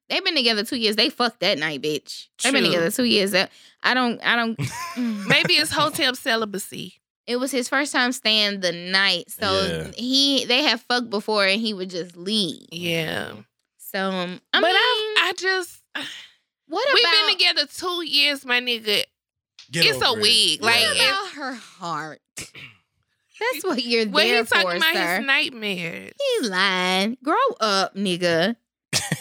Speaker 3: they've been together two years. They fucked that night, bitch.
Speaker 2: Mm-hmm.
Speaker 3: They've been
Speaker 2: True. Mm-hmm.
Speaker 3: together two years. That- I don't. I don't. Mm.
Speaker 2: Maybe it's hotel celibacy.
Speaker 3: it was his first time staying the night, so
Speaker 4: Yeah.
Speaker 3: he they had fucked before, and he would just leave.
Speaker 2: Yeah.
Speaker 3: So um, I
Speaker 2: but
Speaker 3: mean,
Speaker 2: I, I just
Speaker 3: what
Speaker 2: we've
Speaker 3: about
Speaker 2: been together two years, my nigga.
Speaker 4: Get
Speaker 2: It's a
Speaker 4: over it.
Speaker 2: wig,
Speaker 4: Yeah.
Speaker 2: like,
Speaker 3: What about her heart? That's what you're
Speaker 2: What he
Speaker 3: there
Speaker 2: talking
Speaker 3: for,
Speaker 2: about
Speaker 3: sir.
Speaker 2: his nightmares.
Speaker 3: He lying. Grow up, nigga.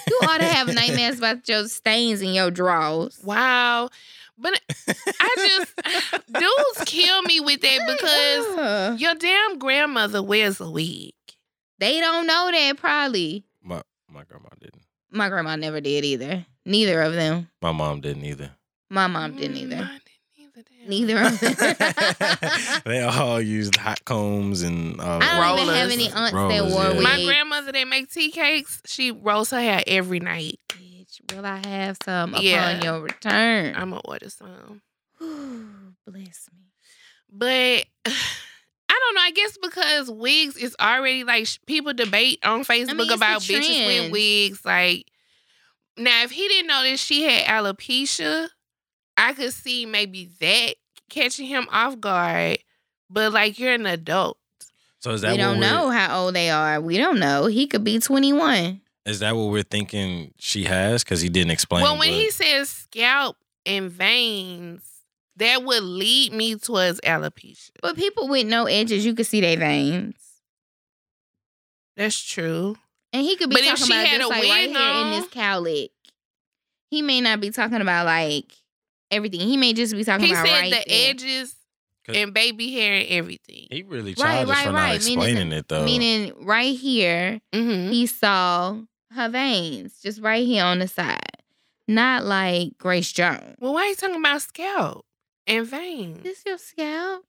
Speaker 3: You ought to have nightmares about your stains in your drawers.
Speaker 2: Wow. But I just dudes kill me with that
Speaker 3: Ugh.
Speaker 2: because your damn grandmother wears a wig.
Speaker 3: they don't know that probably.
Speaker 4: my my grandma didn't.
Speaker 3: My grandma never did either. Neither of them.
Speaker 4: My mom didn't either.
Speaker 3: My mom
Speaker 2: Mm,
Speaker 3: didn't either.
Speaker 2: Mine didn't either, damn.
Speaker 3: Neither of them.
Speaker 4: they all used hot combs and all
Speaker 3: I
Speaker 4: that.
Speaker 3: don't even have
Speaker 2: Rollers.
Speaker 3: any aunts that
Speaker 4: Rollers,
Speaker 3: wore
Speaker 4: yeah.
Speaker 3: wigs.
Speaker 2: My grandmother that make tea cakes, she rolls her hair every night.
Speaker 3: Bitch, will I have some upon
Speaker 2: Yeah.
Speaker 3: your return?
Speaker 2: I'ma order some.
Speaker 3: Bless me.
Speaker 2: But I don't know. I guess because wigs is already like sh- people debate on Facebook
Speaker 3: it's a
Speaker 2: about bitches
Speaker 3: trend.
Speaker 2: with wigs. Like now, if he didn't know that she had alopecia, I could see maybe that catching him off guard. But like you're an adult.
Speaker 4: So is that
Speaker 3: We
Speaker 4: what
Speaker 3: don't
Speaker 4: we're-
Speaker 3: know how old they are. We don't know. He could be 21.
Speaker 4: Is that what we're thinking she has? Because he didn't explain.
Speaker 2: well, when
Speaker 4: what-
Speaker 2: he says scalp and veins, that would lead me towards alopecia.
Speaker 3: But people with no edges, you could see their veins.
Speaker 2: That's true.
Speaker 3: And he could be
Speaker 2: But if
Speaker 3: talking
Speaker 2: she
Speaker 3: about
Speaker 2: had
Speaker 3: just
Speaker 2: a
Speaker 3: like right
Speaker 2: wig
Speaker 3: here in this
Speaker 2: on-
Speaker 3: cowlick. He may not be talking about like everything. He may just be talking
Speaker 2: He
Speaker 3: about
Speaker 2: said
Speaker 3: right
Speaker 2: the
Speaker 3: there.
Speaker 2: edges
Speaker 4: 'Cause-
Speaker 2: and baby hair and everything.
Speaker 4: he really
Speaker 3: Right,
Speaker 4: childish
Speaker 3: right,
Speaker 4: for not
Speaker 3: right. Meaning-
Speaker 4: explaining it though.
Speaker 3: Meaning right here,
Speaker 4: Hmm?
Speaker 2: Mm-hmm.
Speaker 3: he saw her veins, just right here on the side. Not like Grace Jones.
Speaker 2: Well, why you talking about scalp and veins?
Speaker 3: This your scalp?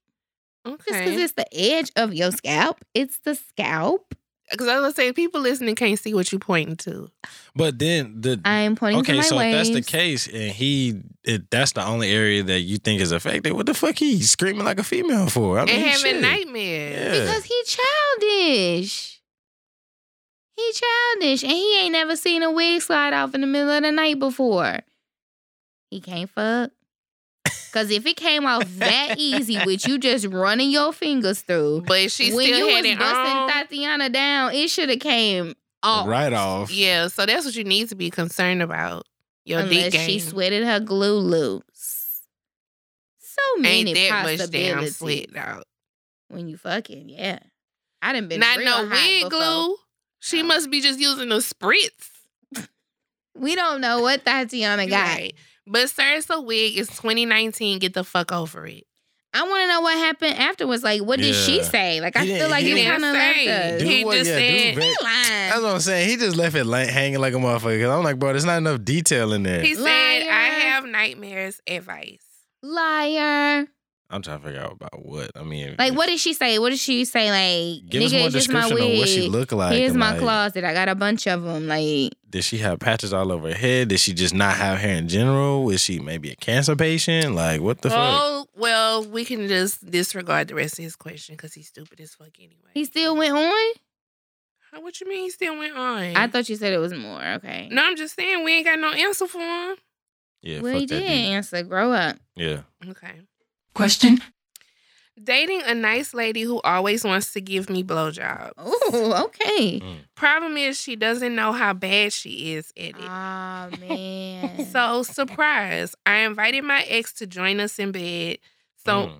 Speaker 3: Just because
Speaker 2: Okay.
Speaker 3: it's the edge of your scalp, it's the scalp.
Speaker 2: Because I was saying, people listening can't see what you pointing to.
Speaker 4: but then the
Speaker 3: I'm pointing to
Speaker 4: okay,
Speaker 3: my
Speaker 4: so if that's the
Speaker 3: waves.
Speaker 4: case, and he it, that's the only area that you think is affected. What the fuck he screaming like a female for? I mean,
Speaker 2: and having
Speaker 4: shit.
Speaker 2: nightmares.
Speaker 4: Yeah.
Speaker 3: Because he childish. He childish. And he ain't never seen a wig slide off in the middle of the night before. He can't fuck. Cause if it came off that easy with you just running your fingers through,
Speaker 2: But she
Speaker 3: when
Speaker 2: still
Speaker 3: you
Speaker 2: had
Speaker 3: was
Speaker 2: it
Speaker 3: busting
Speaker 2: on. oh,
Speaker 3: Tatiana down, it should have came off.
Speaker 4: Right off.
Speaker 2: yeah, so that's what you need to be concerned about. Your dick
Speaker 3: Unless she
Speaker 2: game.
Speaker 3: sweated her glue loose. So many
Speaker 2: Ain't that much damn
Speaker 3: possibilities
Speaker 2: sweat out.
Speaker 3: when you fucking, yeah. I done been
Speaker 2: Not
Speaker 3: real
Speaker 2: no
Speaker 3: hot
Speaker 2: wig
Speaker 3: before.
Speaker 2: glue. She must be just using the spritz.
Speaker 3: We don't know what Tatiana got.
Speaker 2: Right. But sir, it's a wig. It's 2019. Get the fuck over it.
Speaker 3: I want to know what happened afterwards. Like, what did she
Speaker 4: Yeah.
Speaker 3: say? Like,
Speaker 4: He
Speaker 3: I
Speaker 4: didn't-
Speaker 3: feel like
Speaker 4: he
Speaker 3: you
Speaker 2: didn't
Speaker 3: kind of left
Speaker 2: say.
Speaker 3: us.
Speaker 2: He
Speaker 4: what-
Speaker 2: just said-
Speaker 4: dude,
Speaker 3: He lying.
Speaker 4: That's what I'm saying. He just left it la- hanging like a motherfucker. Cause I'm like, bro, there's not enough detail in there.
Speaker 2: He said,
Speaker 3: Liar.
Speaker 2: I have nightmares advice.
Speaker 3: Liar.
Speaker 4: I'm trying to figure out about what. I mean,
Speaker 3: Like, what did she say? What did she say? Like,
Speaker 4: Give us
Speaker 3: nigga,
Speaker 4: more
Speaker 3: it's just my
Speaker 4: description
Speaker 3: wig.
Speaker 4: of what she looked like.
Speaker 3: Here's
Speaker 4: and,
Speaker 3: my
Speaker 4: like,
Speaker 3: closet. I got a bunch of them. Like,
Speaker 4: Did she have patches all over her head? Did she just not have hair in general? Is she maybe a cancer patient? Like, what the fuck?
Speaker 2: Oh, well, we can just disregard the rest of his question because he's stupid as fuck anyway.
Speaker 3: he still went on.
Speaker 2: How- what you mean he still went on?
Speaker 3: I thought you said it was more. Okay.
Speaker 2: No, I'm just saying we ain't got no answer for him.
Speaker 4: Yeah,
Speaker 3: well, he
Speaker 4: fuck that
Speaker 3: did
Speaker 4: dude.
Speaker 3: answer. Grow up.
Speaker 4: Yeah.
Speaker 2: Okay.
Speaker 5: Question.
Speaker 2: Dating a nice lady who always wants to give me blowjobs.
Speaker 3: Oh, okay.
Speaker 2: Problem is, she doesn't know how bad she is at
Speaker 4: Mm.
Speaker 2: it. Ah,
Speaker 3: Oh man.
Speaker 2: So surprise! I invited my ex to join us in bed, so
Speaker 4: Mm.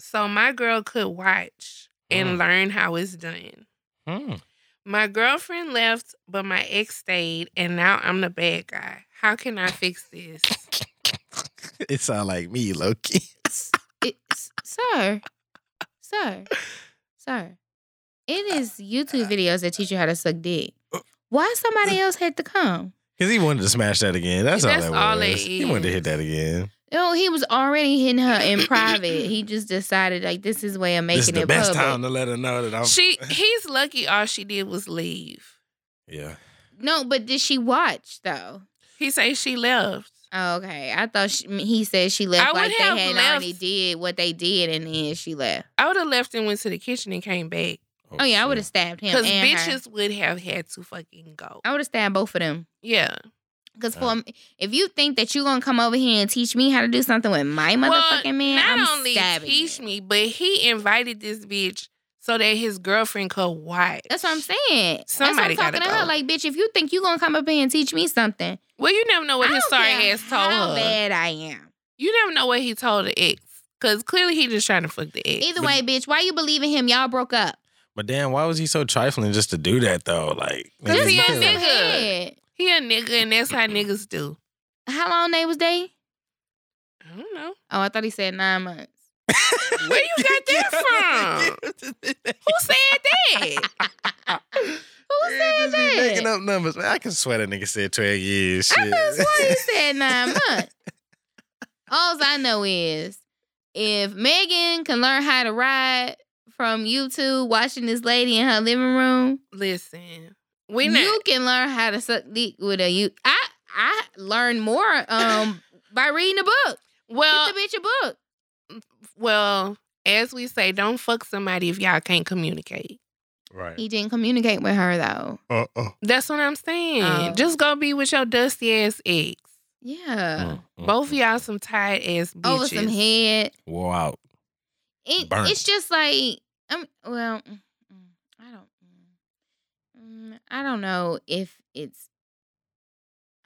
Speaker 2: so my girl could watch and
Speaker 4: Mm.
Speaker 2: learn how it's done. Hmm.
Speaker 4: Mm.
Speaker 2: My girlfriend left, but my ex stayed, and now I'm the bad guy. How can I fix this?
Speaker 4: It sound like me, Loki.
Speaker 3: It- s- sir, sir, sir. It is YouTube videos that teach you how to suck dick. Why somebody else had to come?
Speaker 4: Cause he wanted to smash that again. That's,
Speaker 2: That's
Speaker 4: all that
Speaker 2: all
Speaker 4: was.
Speaker 2: it
Speaker 4: He wanted to hit that again.
Speaker 3: No, he was already hitting her in private. He just decided like this is way of making
Speaker 4: this is the
Speaker 3: it
Speaker 4: best
Speaker 3: public.
Speaker 4: time to let her know that I'm.
Speaker 2: She he's lucky. All she did was leave.
Speaker 4: yeah.
Speaker 3: No, but did she watch though?
Speaker 2: He say she left.
Speaker 3: Oh, okay, I thought she, he said she left
Speaker 2: I would
Speaker 3: like they
Speaker 2: have
Speaker 3: had
Speaker 2: left.
Speaker 3: already did what they did, and then she left.
Speaker 2: I would have left and went to the kitchen and came back
Speaker 3: Oh yeah, I
Speaker 4: shit.
Speaker 3: would have stabbed him
Speaker 2: because
Speaker 3: and
Speaker 2: bitches
Speaker 3: her. Oh.
Speaker 2: would have had to fucking go.
Speaker 3: I would have stabbed both of them.
Speaker 2: Yeah.
Speaker 3: Cause
Speaker 4: Yeah.
Speaker 3: for m- if you think that you gonna come over here and teach me how to do something with my motherfucking man,
Speaker 2: Not
Speaker 3: I'm
Speaker 2: only
Speaker 3: stabbing
Speaker 2: teach
Speaker 3: you.
Speaker 2: me, but he invited this bitch so that his girlfriend could watch.
Speaker 3: That's what I'm saying.
Speaker 2: Somebody
Speaker 3: That's what I'm talking
Speaker 2: gotta
Speaker 3: to her.
Speaker 2: go.
Speaker 3: Like, bitch, if you think you gonna come up here and teach me something,
Speaker 2: Well, you never know what
Speaker 3: I
Speaker 2: his
Speaker 3: don't
Speaker 2: sorry
Speaker 3: care
Speaker 2: ass told
Speaker 3: how
Speaker 2: her.
Speaker 3: bad I am.
Speaker 2: You never know what he told the ex. Cause clearly he just trying to fuck the ex.
Speaker 3: Either way, bitch, why you believe in him? Y'all broke up.
Speaker 4: But damn, why was he so trifling just to do that though? Like,
Speaker 2: Cause
Speaker 4: man,
Speaker 2: he
Speaker 4: you
Speaker 2: a
Speaker 4: could've-
Speaker 2: nigga.
Speaker 3: Head.
Speaker 2: He a nigga and that's how niggas do.
Speaker 3: How long they was dating?
Speaker 2: I don't know.
Speaker 3: Oh, I thought he said nine months.
Speaker 2: Where you got that Who said that?
Speaker 3: Who said
Speaker 4: Making
Speaker 3: that?
Speaker 4: up numbers, man. I can swear that nigga said twelve years. Shit.
Speaker 3: I just swear he said nine months. All I know is if Megan can learn how to ride from YouTube watching this lady in her living room,
Speaker 2: Listen, we not.
Speaker 3: you can learn how to suck dick with a you. I I learned more um by reading a book.
Speaker 2: well,
Speaker 3: Get the bitch a book.
Speaker 2: well, as we say, don't fuck somebody if y'all can't communicate.
Speaker 4: Right.
Speaker 3: He didn't communicate with her though.
Speaker 4: Uh oh.
Speaker 2: That's what I'm saying.
Speaker 3: Oh.
Speaker 2: Just go be with your dusty ass ex.
Speaker 3: Yeah.
Speaker 4: uh, Mm-hmm.
Speaker 2: Both of y'all some tired ass Oh, bitches.
Speaker 3: Over Oh, some head.
Speaker 4: Wore out.
Speaker 3: It,
Speaker 4: Burnt.
Speaker 3: it's just like I'm well mm, mm, I don't mm, mm, I don't know if it's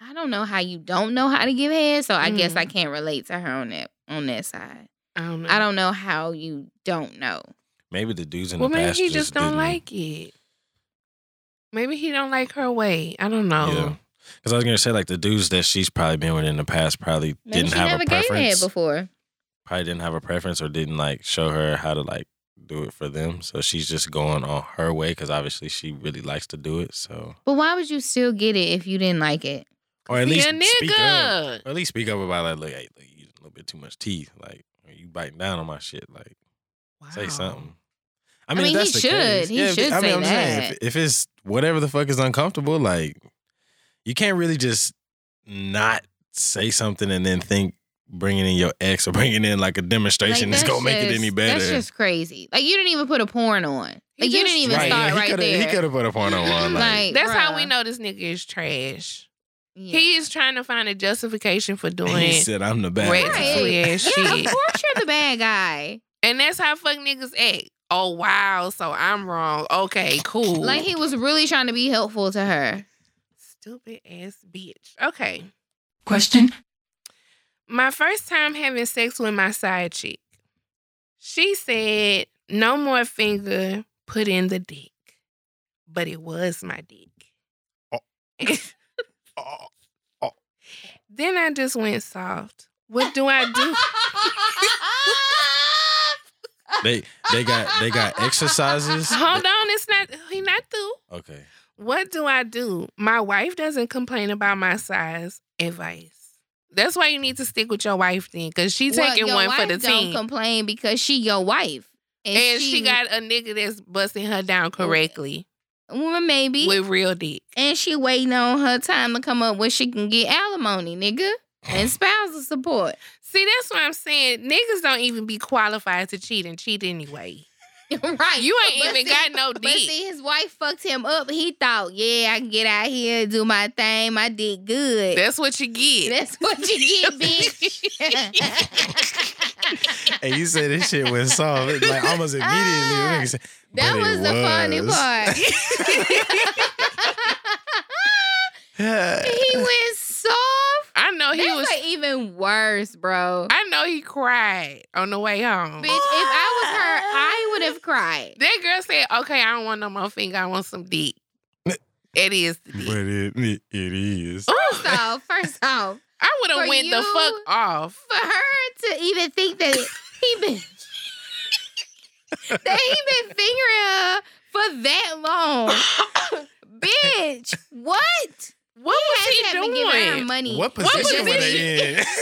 Speaker 3: I don't know how you don't know how to give head, so I guess
Speaker 2: Mm.
Speaker 4: Mm-hmm.
Speaker 3: I can't relate to her on that on that side.
Speaker 2: I don't know.
Speaker 3: I don't know how you don't know.
Speaker 4: Maybe the dudes in
Speaker 2: Well,
Speaker 4: the
Speaker 2: maybe
Speaker 4: past
Speaker 2: he just don't
Speaker 4: didn't-
Speaker 2: like it. Maybe he don't like her way. I don't know.
Speaker 3: Oh.
Speaker 4: Yeah. Because I was gonna say like the dudes that she's probably been with in the past probably
Speaker 3: Maybe
Speaker 4: didn't
Speaker 3: she
Speaker 4: have
Speaker 3: never
Speaker 4: a
Speaker 3: gave head
Speaker 4: preference.
Speaker 3: before.
Speaker 4: Probably didn't have a preference or didn't like show her how to like do it for them. So she's just going on her way because obviously she really likes to do it. So
Speaker 3: But why would you still get it if you didn't like it?
Speaker 4: or at
Speaker 2: He
Speaker 4: least
Speaker 2: a
Speaker 4: speak up.
Speaker 2: nigga.
Speaker 4: Or at least speak up about like, look, hey, look, you using a little bit too much teeth. Like, or you biting down on my shit. Like, say
Speaker 2: Wow.
Speaker 4: something.
Speaker 3: I
Speaker 4: if
Speaker 3: mean, he
Speaker 4: that's the
Speaker 3: should.
Speaker 4: case-
Speaker 3: He
Speaker 4: if-
Speaker 3: should
Speaker 4: I
Speaker 3: say
Speaker 4: mean, I'm just saying, if, if it's whatever the fuck is uncomfortable, like, you can't really just not say something and then think bringing in your ex or bringing in like a demonstration
Speaker 3: Like,
Speaker 4: is gonna make it
Speaker 3: just-
Speaker 4: any better.
Speaker 3: That's just crazy. Like you didn't even put a porn on. Like
Speaker 2: He
Speaker 3: you
Speaker 2: just-
Speaker 3: didn't even
Speaker 2: Right,
Speaker 3: start
Speaker 4: yeah, he
Speaker 3: right
Speaker 4: coulda-
Speaker 3: there.
Speaker 4: He could have put a porno on. Like,
Speaker 3: Like,
Speaker 2: That's how we
Speaker 3: bruh.
Speaker 2: know this nigga is trash.
Speaker 3: Yeah.
Speaker 2: He is trying to find a justification for
Speaker 4: he
Speaker 2: doing
Speaker 4: said, "I'm the bad."
Speaker 2: Right.
Speaker 4: guy."
Speaker 2: Exactly.
Speaker 3: Yeah,
Speaker 2: Yeah,
Speaker 3: of
Speaker 2: shit.
Speaker 3: course you're the bad guy.
Speaker 2: And that's how fuck niggas act. Oh wow, so I'm wrong. Okay, cool.
Speaker 3: Like he was really trying to be helpful to her.
Speaker 2: stupid ass bitch. Okay.
Speaker 5: Question.
Speaker 2: My first time having sex with my side chick. She said, no more finger, put in the dick, but it was my dick. then I just went soft. What do I do?
Speaker 4: They they got they got exercises.
Speaker 2: Hold on, it's not he not through.
Speaker 4: Okay.
Speaker 2: What do I do? My wife doesn't complain about my size advice. That's why you need to stick with your wife then, because she
Speaker 3: Well,
Speaker 2: taking
Speaker 3: your
Speaker 2: one for
Speaker 3: wife
Speaker 2: the
Speaker 3: don't
Speaker 2: team.
Speaker 3: complain because she your wife.
Speaker 2: and she, got a nigga that's busting her down
Speaker 3: eh,
Speaker 2: correctly
Speaker 3: well, maybe.
Speaker 2: with real dick.
Speaker 3: and she waiting on her time to come up where she can get alimony, nigga. And spousal support.
Speaker 2: See, that's what I'm saying. Niggas don't even be qualified to cheat and cheat anyway.
Speaker 3: right.
Speaker 2: You ain't
Speaker 3: But
Speaker 2: even
Speaker 3: see-
Speaker 2: got no
Speaker 3: But
Speaker 2: dick.
Speaker 3: see, his wife fucked him up. He thought, yeah, I can get out here, do my thing. My dick good.
Speaker 2: That's what you get.
Speaker 3: That's what you get, bitch.
Speaker 4: And you said this shit went soft It's like almost immediately.
Speaker 3: Ah,
Speaker 4: Nigga said,
Speaker 3: that
Speaker 4: "But it
Speaker 3: was the funny
Speaker 4: was."
Speaker 3: part. he went soft.
Speaker 2: I know he
Speaker 3: That's
Speaker 2: was.
Speaker 3: like even worse, bro.
Speaker 2: I know he cried on the way home.
Speaker 3: Bitch, if I was her, I would have cried.
Speaker 2: That girl said, "Okay, I don't want no more finger. I want some dick." it is the dick.
Speaker 4: But it, it it is.
Speaker 2: Oh,
Speaker 3: First off, first off,
Speaker 2: I would
Speaker 3: For
Speaker 2: have went the
Speaker 3: you-
Speaker 2: fuck off.
Speaker 3: for her to even think that he been that he been fingering her for that long, bitch. What?
Speaker 2: What was
Speaker 3: Has
Speaker 2: he
Speaker 3: haven't Given her
Speaker 2: doing?
Speaker 3: money.
Speaker 4: What
Speaker 2: What
Speaker 4: position were they in?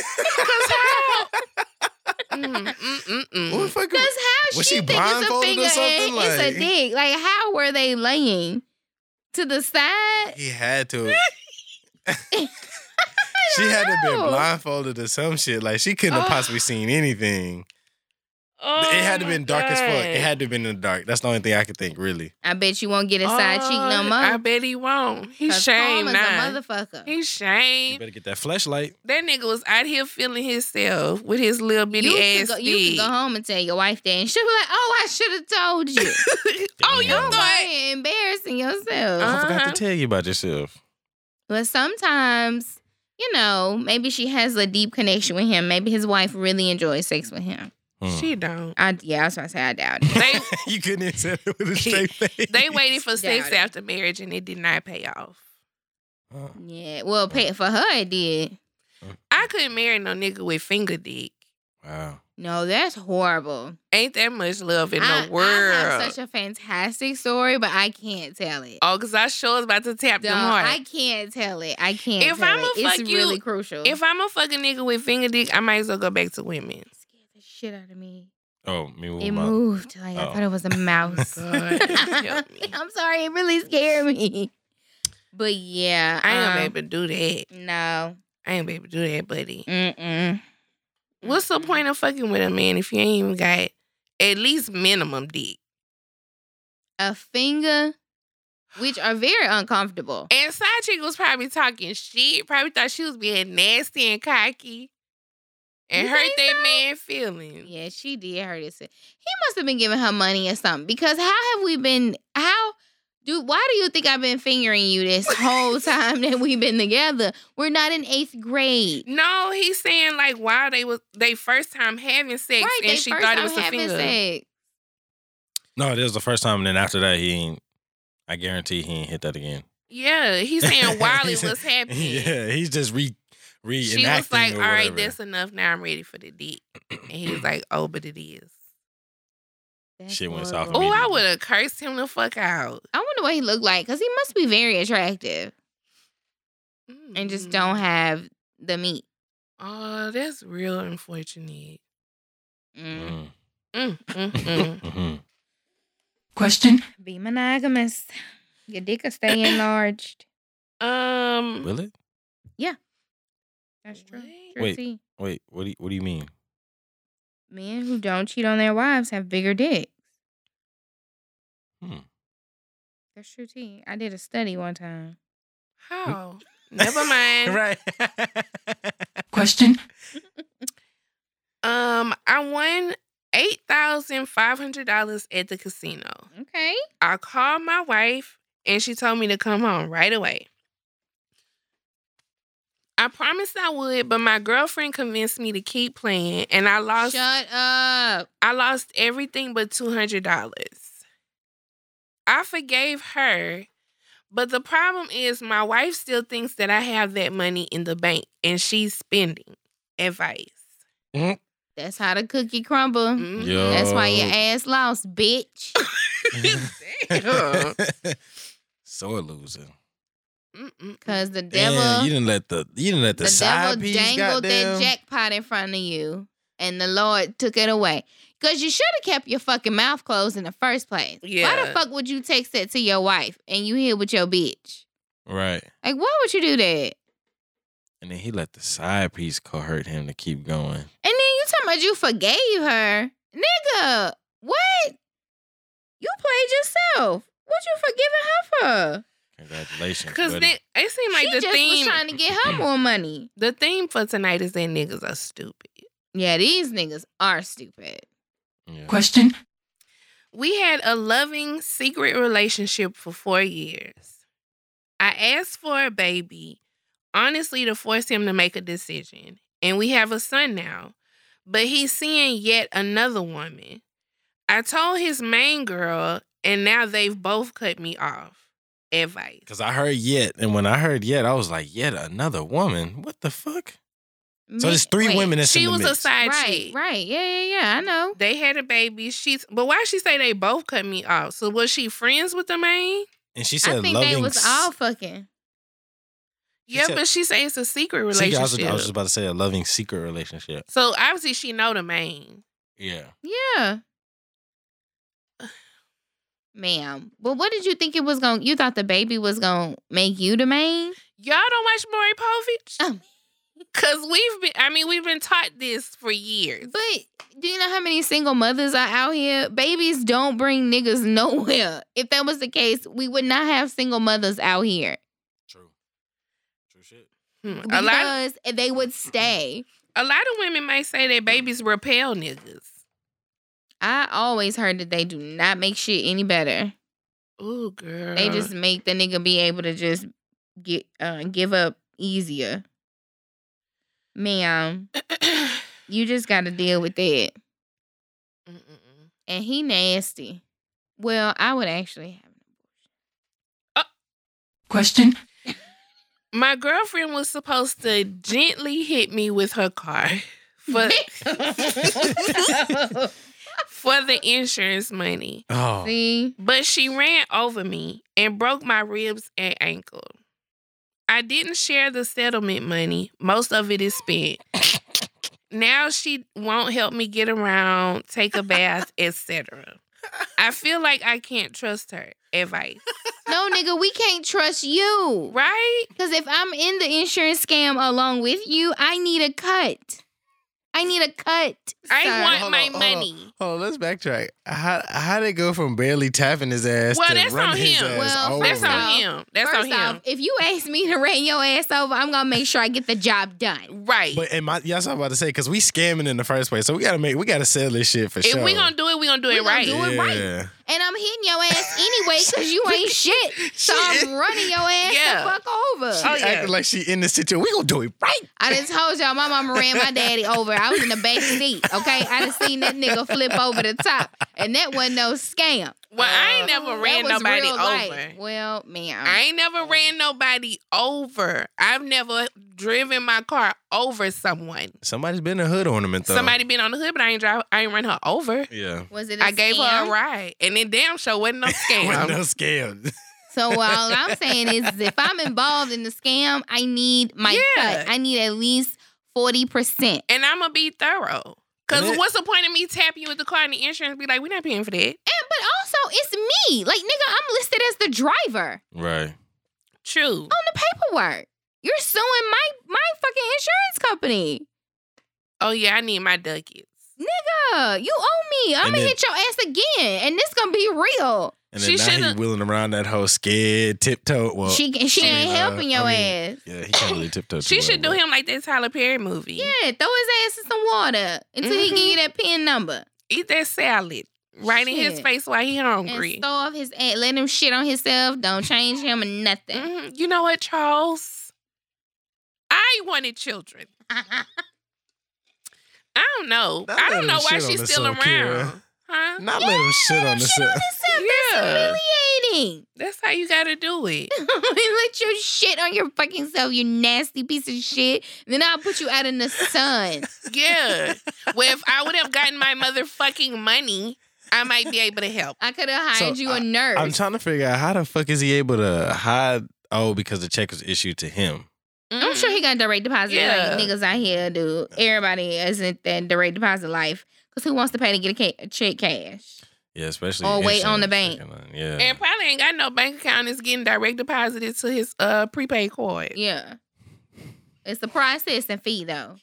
Speaker 2: Mm, mm, mm, mm.
Speaker 4: what the fuck?
Speaker 3: Because how
Speaker 4: Was
Speaker 3: she,
Speaker 4: she
Speaker 3: think it's a
Speaker 4: blindfolded or
Speaker 3: finger and
Speaker 4: something?
Speaker 3: it's
Speaker 4: Like-
Speaker 3: a dick? Like how were they laying to the side?
Speaker 4: He had to. she had to be
Speaker 3: know.
Speaker 4: blindfolded or some shit. Like she couldn't have
Speaker 2: Ugh.
Speaker 4: possibly seen anything.
Speaker 2: Ah. Oh
Speaker 4: it had to
Speaker 2: my
Speaker 4: been dark as fuck.
Speaker 2: God.
Speaker 4: It had to have been in the dark. That's the only thing I could think, really.
Speaker 3: I bet you won't get a side cheek no
Speaker 4: Uh,
Speaker 2: Oh,
Speaker 3: more.
Speaker 2: I bet he won't. He's
Speaker 3: 'Cause Palmer's
Speaker 2: shamed
Speaker 3: a
Speaker 2: now.
Speaker 3: motherfucker.
Speaker 2: He's
Speaker 4: You
Speaker 2: shamed.
Speaker 4: better get that flashlight.
Speaker 2: That nigga was out here feeling himself with his little bitty
Speaker 3: you
Speaker 2: ass
Speaker 3: could go, you could
Speaker 2: dick.
Speaker 3: go home and tell your wife that, and she'll be like, "Oh, I should have told you."
Speaker 2: oh, you
Speaker 4: Damn.
Speaker 2: thought
Speaker 3: Why embarrassing yourself?
Speaker 2: Uh-huh.
Speaker 4: I forgot to tell you about yourself.
Speaker 3: But sometimes, you know, maybe she has a deep connection with him. Maybe his wife really enjoys sex with him.
Speaker 4: Hmm.
Speaker 2: she don't.
Speaker 3: I yeah, I was gonna say I doubt it.
Speaker 2: They
Speaker 4: you couldn't even say it with a straight face.
Speaker 2: they waited for sex
Speaker 3: Doubt it.
Speaker 2: after marriage and it did not pay off.
Speaker 4: Uh,
Speaker 3: Yeah, well, pay, for her it did.
Speaker 2: I couldn't marry no nigga with finger dick.
Speaker 4: wow.
Speaker 3: No, that's horrible.
Speaker 2: Ain't that much love in
Speaker 3: I,
Speaker 2: the world.
Speaker 3: I have such a fantastic story, but I can't tell it.
Speaker 2: oh, cause I sure was about to tap
Speaker 3: Dog,
Speaker 2: them hard.
Speaker 3: I can't tell it. I can't.
Speaker 2: If
Speaker 3: tell
Speaker 2: I'ma
Speaker 3: it.
Speaker 2: fuck
Speaker 3: it's
Speaker 2: you-
Speaker 3: really crucial.
Speaker 2: if I'm a fucking nigga with finger dick, I might as well go back to women.
Speaker 3: scared the shit out of me.
Speaker 4: Oh, me with
Speaker 3: It
Speaker 4: my-
Speaker 3: moved. Like I
Speaker 4: Oh.
Speaker 3: thought it was a mouse.
Speaker 2: God, help me.
Speaker 3: I'm sorry, it really scared me. But yeah,
Speaker 2: I ain't
Speaker 3: um,
Speaker 2: able to do that.
Speaker 3: No,
Speaker 2: I ain't able to do that, buddy.
Speaker 3: mm-mm.
Speaker 2: What's the point of fucking with a man if you ain't even got at least minimum dick?
Speaker 3: A finger, which are very uncomfortable.
Speaker 2: And side chick was probably talking shit. Probably thought she was being nasty and cocky, and
Speaker 3: You
Speaker 2: hurt
Speaker 3: think
Speaker 2: that
Speaker 3: so?
Speaker 2: man feelings.
Speaker 3: Yeah, she did hurt his. He must have been giving her money or something. Because how have we been? How do? Why do you think I've been fingering you this whole time that we've been together? We're not in eighth grade.
Speaker 2: No, he's saying like while they was they first time having sex
Speaker 3: Right, they
Speaker 2: and she
Speaker 3: first
Speaker 2: thought it
Speaker 3: time
Speaker 2: was a
Speaker 3: having
Speaker 2: finger.
Speaker 3: sex.
Speaker 4: No, that was the first time. And then after that, he ain't. I guarantee he ain't hit that again.
Speaker 2: Yeah, he's saying while it
Speaker 4: He's-
Speaker 2: was happening.
Speaker 4: Yeah, he's just re reenacting.
Speaker 2: She was like,
Speaker 4: or
Speaker 2: "All right,
Speaker 4: whatever.
Speaker 2: that's enough. Now I'm ready for the dick." And he was like, "Oh, but it is."
Speaker 3: That's
Speaker 4: Shit went south
Speaker 2: Oh,
Speaker 3: horrible.
Speaker 4: immediately.
Speaker 2: I would have cursed him the fuck out.
Speaker 3: I wonder what he looked like because he must be very attractive and just
Speaker 2: Mm.
Speaker 3: don't have the meat.
Speaker 2: Oh, that's real unfortunate.
Speaker 3: Mm.
Speaker 4: Mm.
Speaker 2: Mm, mm, mm.
Speaker 4: Mhm.
Speaker 3: Mm-hmm.
Speaker 5: Question.
Speaker 3: Be monogamous. Your dick will stay enlarged.
Speaker 2: um,
Speaker 4: Will it?
Speaker 3: That's true.
Speaker 2: What?
Speaker 3: True
Speaker 4: Wait.
Speaker 3: tea.
Speaker 4: Wait, what do you, what do you mean?
Speaker 3: Men who don't cheat on their wives have bigger dicks.
Speaker 4: Hmm.
Speaker 3: That's true tea. I did a study one time.
Speaker 2: how? Never mind.
Speaker 4: right.
Speaker 5: Question.
Speaker 2: Um, I won eight thousand five hundred dollars at the casino.
Speaker 3: Okay.
Speaker 2: I called my wife and she told me to come home right away. I promised I would, but my girlfriend convinced me to keep playing and I lost
Speaker 3: Oh, Shut up.
Speaker 2: I lost everything but two hundred dollars. I forgave her, but the problem is my wife still thinks that I have that money in the bank and she's spending advice.
Speaker 3: That's how the cookie crumble.
Speaker 2: Mhm.
Speaker 4: Yo.
Speaker 3: That's why
Speaker 4: Oh.
Speaker 3: your ass lost, bitch.
Speaker 2: Mm-hmm. Damn.
Speaker 4: Sore loser.
Speaker 2: Mm-mm.
Speaker 3: Cause the devil,
Speaker 4: Damn, you didn't let the you didn't let the,
Speaker 3: the,
Speaker 4: side
Speaker 3: devil
Speaker 4: piece
Speaker 3: jangled
Speaker 4: goddamn-
Speaker 3: that jackpot in front of you, and the Lord took it away. Cause you should have kept your fucking mouth closed in the first place. Why
Speaker 2: Yeah.
Speaker 3: the fuck would you text that to your wife and you here with your bitch?
Speaker 4: Right.
Speaker 3: Like, why would you do that?
Speaker 4: And then he let the side piece cohort him to keep going.
Speaker 3: And then you talking about you forgave her. Nigga, what? You played yourself. What you forgiving her for?
Speaker 4: Congratulations.
Speaker 2: Cause
Speaker 4: buddy.
Speaker 2: they, it seemed like
Speaker 3: she
Speaker 2: the
Speaker 3: just was
Speaker 2: theme
Speaker 3: trying to get her more money.
Speaker 2: the theme for tonight is that niggas are stupid.
Speaker 3: Yeah, these niggas are stupid.
Speaker 4: Yeah.
Speaker 5: Question.
Speaker 2: We had a loving secret relationship for four years. I asked for a baby, honestly, to force him to make a decision. And we have a son now, but he's seeing yet another woman. I told his main girl, and now they've both cut me off. Advice.
Speaker 4: Cause I heard yet, and when I heard yet, I was like, yet another woman. What the fuck? So
Speaker 3: Me-
Speaker 4: there's three
Speaker 3: wait,
Speaker 4: women that's
Speaker 2: She
Speaker 4: in the
Speaker 2: was a
Speaker 4: mix.
Speaker 2: side
Speaker 3: Right,
Speaker 2: chick.
Speaker 3: right. Yeah, yeah, yeah. I know.
Speaker 2: They had a baby. She's but why she say they both cut me off? So was she friends with the main?
Speaker 4: and she said,
Speaker 3: I think
Speaker 4: loving
Speaker 3: they was
Speaker 4: s-
Speaker 3: all fucking.
Speaker 4: She
Speaker 2: yeah,
Speaker 4: said-
Speaker 2: but she say it's a secret
Speaker 4: See, I
Speaker 2: relationship.
Speaker 4: was, I was just about to say a loving secret relationship.
Speaker 2: So obviously she know the main.
Speaker 4: Yeah.
Speaker 3: Yeah. Ma'am. But what did you think it was going to you thought the baby was going to make you the main?
Speaker 2: Y'all don't watch Maury Povich?
Speaker 3: Um,
Speaker 2: Cause we've been I mean, we've been taught this for years.
Speaker 3: But do you know how many single mothers are out here? Babies don't bring niggas nowhere. If that was the case, we would not have single mothers out here
Speaker 4: True. True shit.
Speaker 2: Hmm. A lot
Speaker 3: because they would stay.
Speaker 2: a lot of women might say that babies repel niggas.
Speaker 3: I always heard that they do not make shit any better.
Speaker 2: Ooh, girl.
Speaker 3: They just make the nigga be able to just get uh, give up easier. Ma'am, you just got to deal with that.
Speaker 2: Mm-mm-mm.
Speaker 3: And he nasty. Well, I would actually have.
Speaker 5: Question.
Speaker 2: My girlfriend was supposed to gently hit me with her car for for the insurance money.
Speaker 4: Oh.
Speaker 3: See,
Speaker 2: But she ran over me and broke my ribs and ankle. I didn't share the settlement money. Most of it is spent. now she won't help me get around, take a bath, etc. I feel like I can't trust her advice.
Speaker 3: no nigga, we can't trust you.
Speaker 2: Right?
Speaker 3: Because if I'm in the insurance scam along with you, I need a cut. I need a cut. sir.
Speaker 2: I want
Speaker 4: Hold
Speaker 2: my
Speaker 4: on, hold on.
Speaker 2: money.
Speaker 4: Oh, let's backtrack. How how did it go from barely tapping his ass?
Speaker 2: Well,
Speaker 4: to
Speaker 2: that's
Speaker 4: running
Speaker 2: on
Speaker 4: his
Speaker 2: him.
Speaker 4: ass
Speaker 3: Well,
Speaker 4: over?
Speaker 2: That's
Speaker 3: off,
Speaker 2: on him. That's
Speaker 3: First
Speaker 2: on him.
Speaker 3: off, if you ask me to ran your ass over, I'm gonna make sure I get the job done.
Speaker 2: right.
Speaker 4: But and my, yeah, that's what I'm about to say because we scamming in the first place, so we gotta make we gotta sell this shit for
Speaker 2: if
Speaker 4: sure.
Speaker 2: we gonna do it, we gonna do
Speaker 3: We
Speaker 2: it
Speaker 3: gonna
Speaker 2: right.
Speaker 3: do it right.
Speaker 4: Yeah.
Speaker 3: And I'm hitting your ass anyway because you ain't shit. So I'm running your ass
Speaker 2: Yeah.
Speaker 3: the fuck over.
Speaker 4: She
Speaker 2: Oh, yeah.
Speaker 4: acting like she in this situation. We gonna do it right.
Speaker 3: I just told y'all my mama ran my daddy over. I was in the back seat, okay? I done seen that nigga flip over the top. And that wasn't no scam. Um,
Speaker 2: Well, I ain't never
Speaker 3: That
Speaker 2: ran
Speaker 3: was
Speaker 2: nobody
Speaker 3: real life.
Speaker 2: over.
Speaker 3: Well, ma'am.
Speaker 2: I ain't never ran nobody over. I've never driven my car over someone.
Speaker 4: Somebody's been a hood ornament though.
Speaker 2: Somebody been on the hood, but I ain't drive. I ain't run her over.
Speaker 4: Yeah.
Speaker 3: was it a
Speaker 2: I gave her
Speaker 3: scam?
Speaker 2: a ride, and it damn sure wasn't no
Speaker 4: Wasn't no
Speaker 2: scam.
Speaker 4: scam.
Speaker 3: So all I'm saying is, if I'm involved in the scam, I need my
Speaker 2: Yeah.
Speaker 3: cut. I need at least forty percent.
Speaker 2: and I'm gonna be thorough. Cause
Speaker 4: And it-
Speaker 2: what's the point of me tapping you with the car and the insurance? Be like, we're not paying for that.
Speaker 3: And but also, it's me. Like nigga, I'm listed as the driver
Speaker 4: Right.
Speaker 2: True.
Speaker 4: Oh.
Speaker 3: on the paperwork. You're suing my my fucking insurance company.
Speaker 2: Oh yeah, I need my ducats.
Speaker 3: Yeah, you owe me. I'm
Speaker 4: And
Speaker 3: gonna
Speaker 4: then-
Speaker 3: hit your ass again, and this gonna be real.
Speaker 4: And
Speaker 2: She
Speaker 4: then now
Speaker 2: shoulda-
Speaker 4: he's wheeling around that whole scared tiptoe. Well,
Speaker 3: she she
Speaker 4: I mean,
Speaker 3: ain't
Speaker 4: uh,
Speaker 3: helping your
Speaker 4: I mean-
Speaker 3: ass.
Speaker 4: yeah, he can't really tiptoe.
Speaker 2: She
Speaker 4: too
Speaker 2: should do
Speaker 4: well,
Speaker 2: him like that Tyler Perry movie.
Speaker 3: Yeah, throw his ass in some water until he
Speaker 2: Mhm.
Speaker 3: give you that pin number.
Speaker 2: Eat that salad right in his
Speaker 3: Shit.
Speaker 2: face while he hungry.
Speaker 3: And throw off his ass. Let him shit on himself. Don't change him or nothing.
Speaker 2: Mhm. You know what, Charles? I wanted children. I don't know.
Speaker 4: Not
Speaker 2: I don't
Speaker 4: letting
Speaker 2: know
Speaker 4: him
Speaker 2: why
Speaker 4: shit on
Speaker 2: she's still
Speaker 4: herself,
Speaker 2: around.
Speaker 4: Kira.
Speaker 2: Huh?
Speaker 4: Not let him shit on
Speaker 3: Shit on
Speaker 4: himself.
Speaker 3: himself.
Speaker 2: Yeah.
Speaker 3: That's thing.
Speaker 2: That's how you gotta do it.
Speaker 3: Let your shit on your fucking self, you nasty piece of shit. Then I'll put you out in the sun.
Speaker 2: Yeah. well, if I would have gotten my motherfucking money, I might be able to help.
Speaker 3: I could have hired
Speaker 4: So,
Speaker 3: you a
Speaker 4: I-
Speaker 3: nurse.
Speaker 4: I'm trying to figure out how the fuck is he able to hide? Oh, because the check was issued to him.
Speaker 3: I'm sure
Speaker 4: Mm-hmm.
Speaker 3: he got direct deposit
Speaker 2: Yeah.
Speaker 3: like niggas out here, dude. Everybody isn't that direct deposit life. Cause who wants to pay to get a, ca- a check cash?
Speaker 4: Yeah, especially.
Speaker 3: Or wait on the
Speaker 4: insurance. Yeah.
Speaker 2: Mm-hmm. And probably ain't got no bank account. It's getting direct deposited to his uh prepaid card.
Speaker 3: Yeah. It's the processing fee though.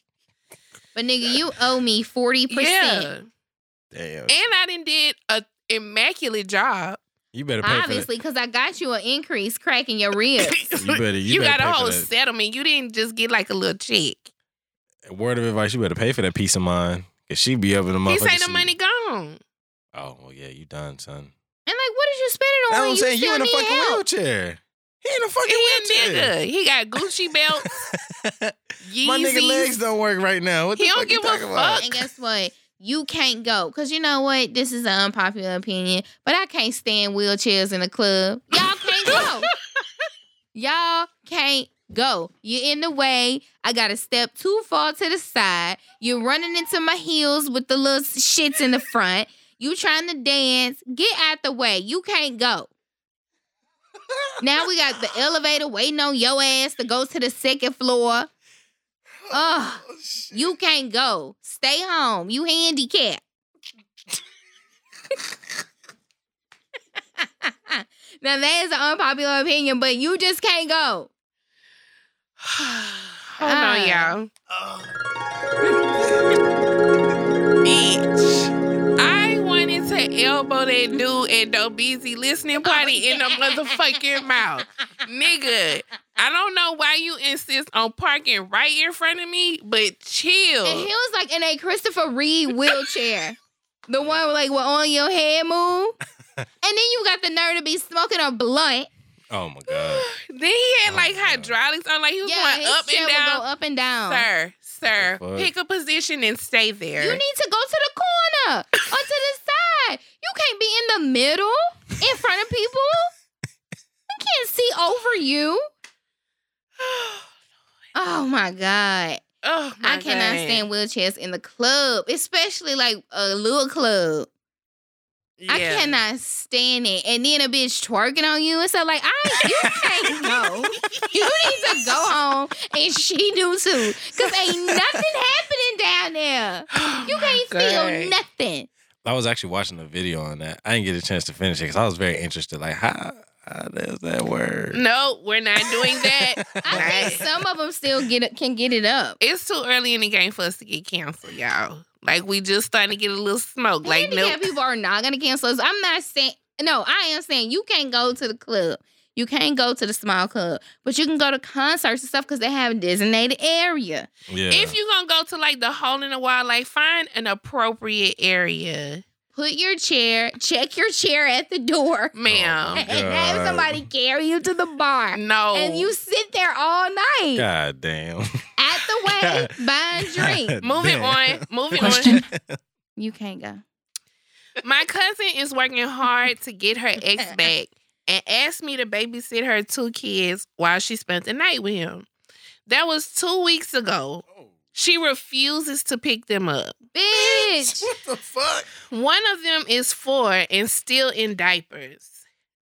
Speaker 3: But nigga, you owe me 40%.
Speaker 2: Yeah. And
Speaker 4: Damn.
Speaker 2: I didn't did a immaculate job.
Speaker 4: You better pay
Speaker 3: Obviously, because I got you an increase cracking your ribs.
Speaker 4: for that. You better. You,
Speaker 2: You,
Speaker 4: better
Speaker 2: got a
Speaker 4: pay for
Speaker 2: whole
Speaker 4: that.
Speaker 2: settlement. You didn't just get like a little check.
Speaker 4: Word of advice: You better pay for that peace of mind. Cause she be up in the
Speaker 2: He
Speaker 4: motherfucker.
Speaker 2: say the
Speaker 4: sleep.
Speaker 2: money gone.
Speaker 4: Oh well, yeah, you done, son.
Speaker 3: And like, what did you spend it on?
Speaker 4: That's what I'm
Speaker 3: you
Speaker 4: saying. You
Speaker 3: still
Speaker 4: in a
Speaker 3: need
Speaker 4: fucking
Speaker 3: help.
Speaker 4: wheelchair. He in a
Speaker 2: He a
Speaker 4: fucking wheelchair.
Speaker 2: nigga. He got Gucci belts, Yeezys.
Speaker 4: My nigga legs don't work right now. What the
Speaker 2: He
Speaker 4: fuck
Speaker 2: don't
Speaker 4: you
Speaker 2: give a
Speaker 4: talking about?
Speaker 3: And guess what? You can't go. Cause you know what? This is an unpopular opinion, but I can't stand wheelchairs in the club. Y'all can't go. Y'all can't go. You're in the way. I gotta step too far to the side. You're running into my heels with the little shits in the front. You trying to dance. Get out the way. You can't go. Now we got the elevator waiting on your ass to go to the second floor. Ugh. You can't go. Stay home. You handicapped. now that is an unpopular opinion, but you just can't go.
Speaker 2: Hold
Speaker 3: Ah.
Speaker 2: on, y'all. Bitch. I wanted to elbow that dude at the busy listening party in the motherfucking mouth. Nigga, I don't know why you insist on parking right in front of me, but
Speaker 3: And he
Speaker 2: chill.
Speaker 3: was like in a Christopher Reeve wheelchair. the one with like with on your head move. and then you got the nerve to be smoking a blunt.
Speaker 4: Oh my god.
Speaker 2: Then he had
Speaker 4: Oh,
Speaker 2: like
Speaker 4: God.
Speaker 2: hydraulics on, like he was
Speaker 3: Yeah,
Speaker 2: going
Speaker 3: his
Speaker 2: up
Speaker 3: chair
Speaker 2: and
Speaker 3: would
Speaker 2: down.
Speaker 3: go up and down.
Speaker 2: Sir, sir,
Speaker 4: What the fuck?
Speaker 2: pick a position and stay there.
Speaker 3: You need to go to the corner or to the side. You can't be in the middle in front of people. You can't see over you. Oh my God.
Speaker 2: oh, my
Speaker 3: I cannot
Speaker 2: God.
Speaker 3: stand wheelchairs in the club, especially like a little club. I
Speaker 2: Yeah.
Speaker 3: cannot stand it. And then a bitch twerking on you and so like, I you can't go. You need to go home. And she do too. Cause ain't nothing happening down there.
Speaker 2: Oh,
Speaker 3: You
Speaker 2: my
Speaker 3: can't
Speaker 2: God.
Speaker 3: feel nothing.
Speaker 4: I was actually watching a video on that. I didn't get a chance to finish it because I was very interested. Like, how, how does that work?
Speaker 2: No, we're not doing that.
Speaker 3: I
Speaker 2: Right.
Speaker 3: think some of them still get it, can get it up.
Speaker 2: it's too early in the game for us to get canceled, y'all. Like we just starting to get a little smoke. Like no,
Speaker 3: Handicap people are not gonna cancel us. I'm not saying no. I am saying you can't go to the club. You can't go to the small club, but you can go to concerts and stuff because they have a designated area.
Speaker 4: Yeah.
Speaker 2: if you gonna go to like the hole in the wall, like find an appropriate area,
Speaker 3: Put your chair, check your chair at the door,
Speaker 2: ma'am.
Speaker 3: and have
Speaker 4: God.
Speaker 3: somebody carry you to the bar.
Speaker 2: Oh No,
Speaker 3: And you sit there all night
Speaker 4: God damn.
Speaker 3: at the way buying drink.
Speaker 2: moving
Speaker 4: Damn.
Speaker 2: on, moving on.
Speaker 5: Question.
Speaker 3: You can't go.
Speaker 2: My cousin is working hard to get her ex back and asked me to babysit her two kids while she spent the night with him. That was two weeks ago. She refuses to pick them up.
Speaker 3: Bitch.
Speaker 4: What the fuck?
Speaker 2: One of them is four and still in diapers.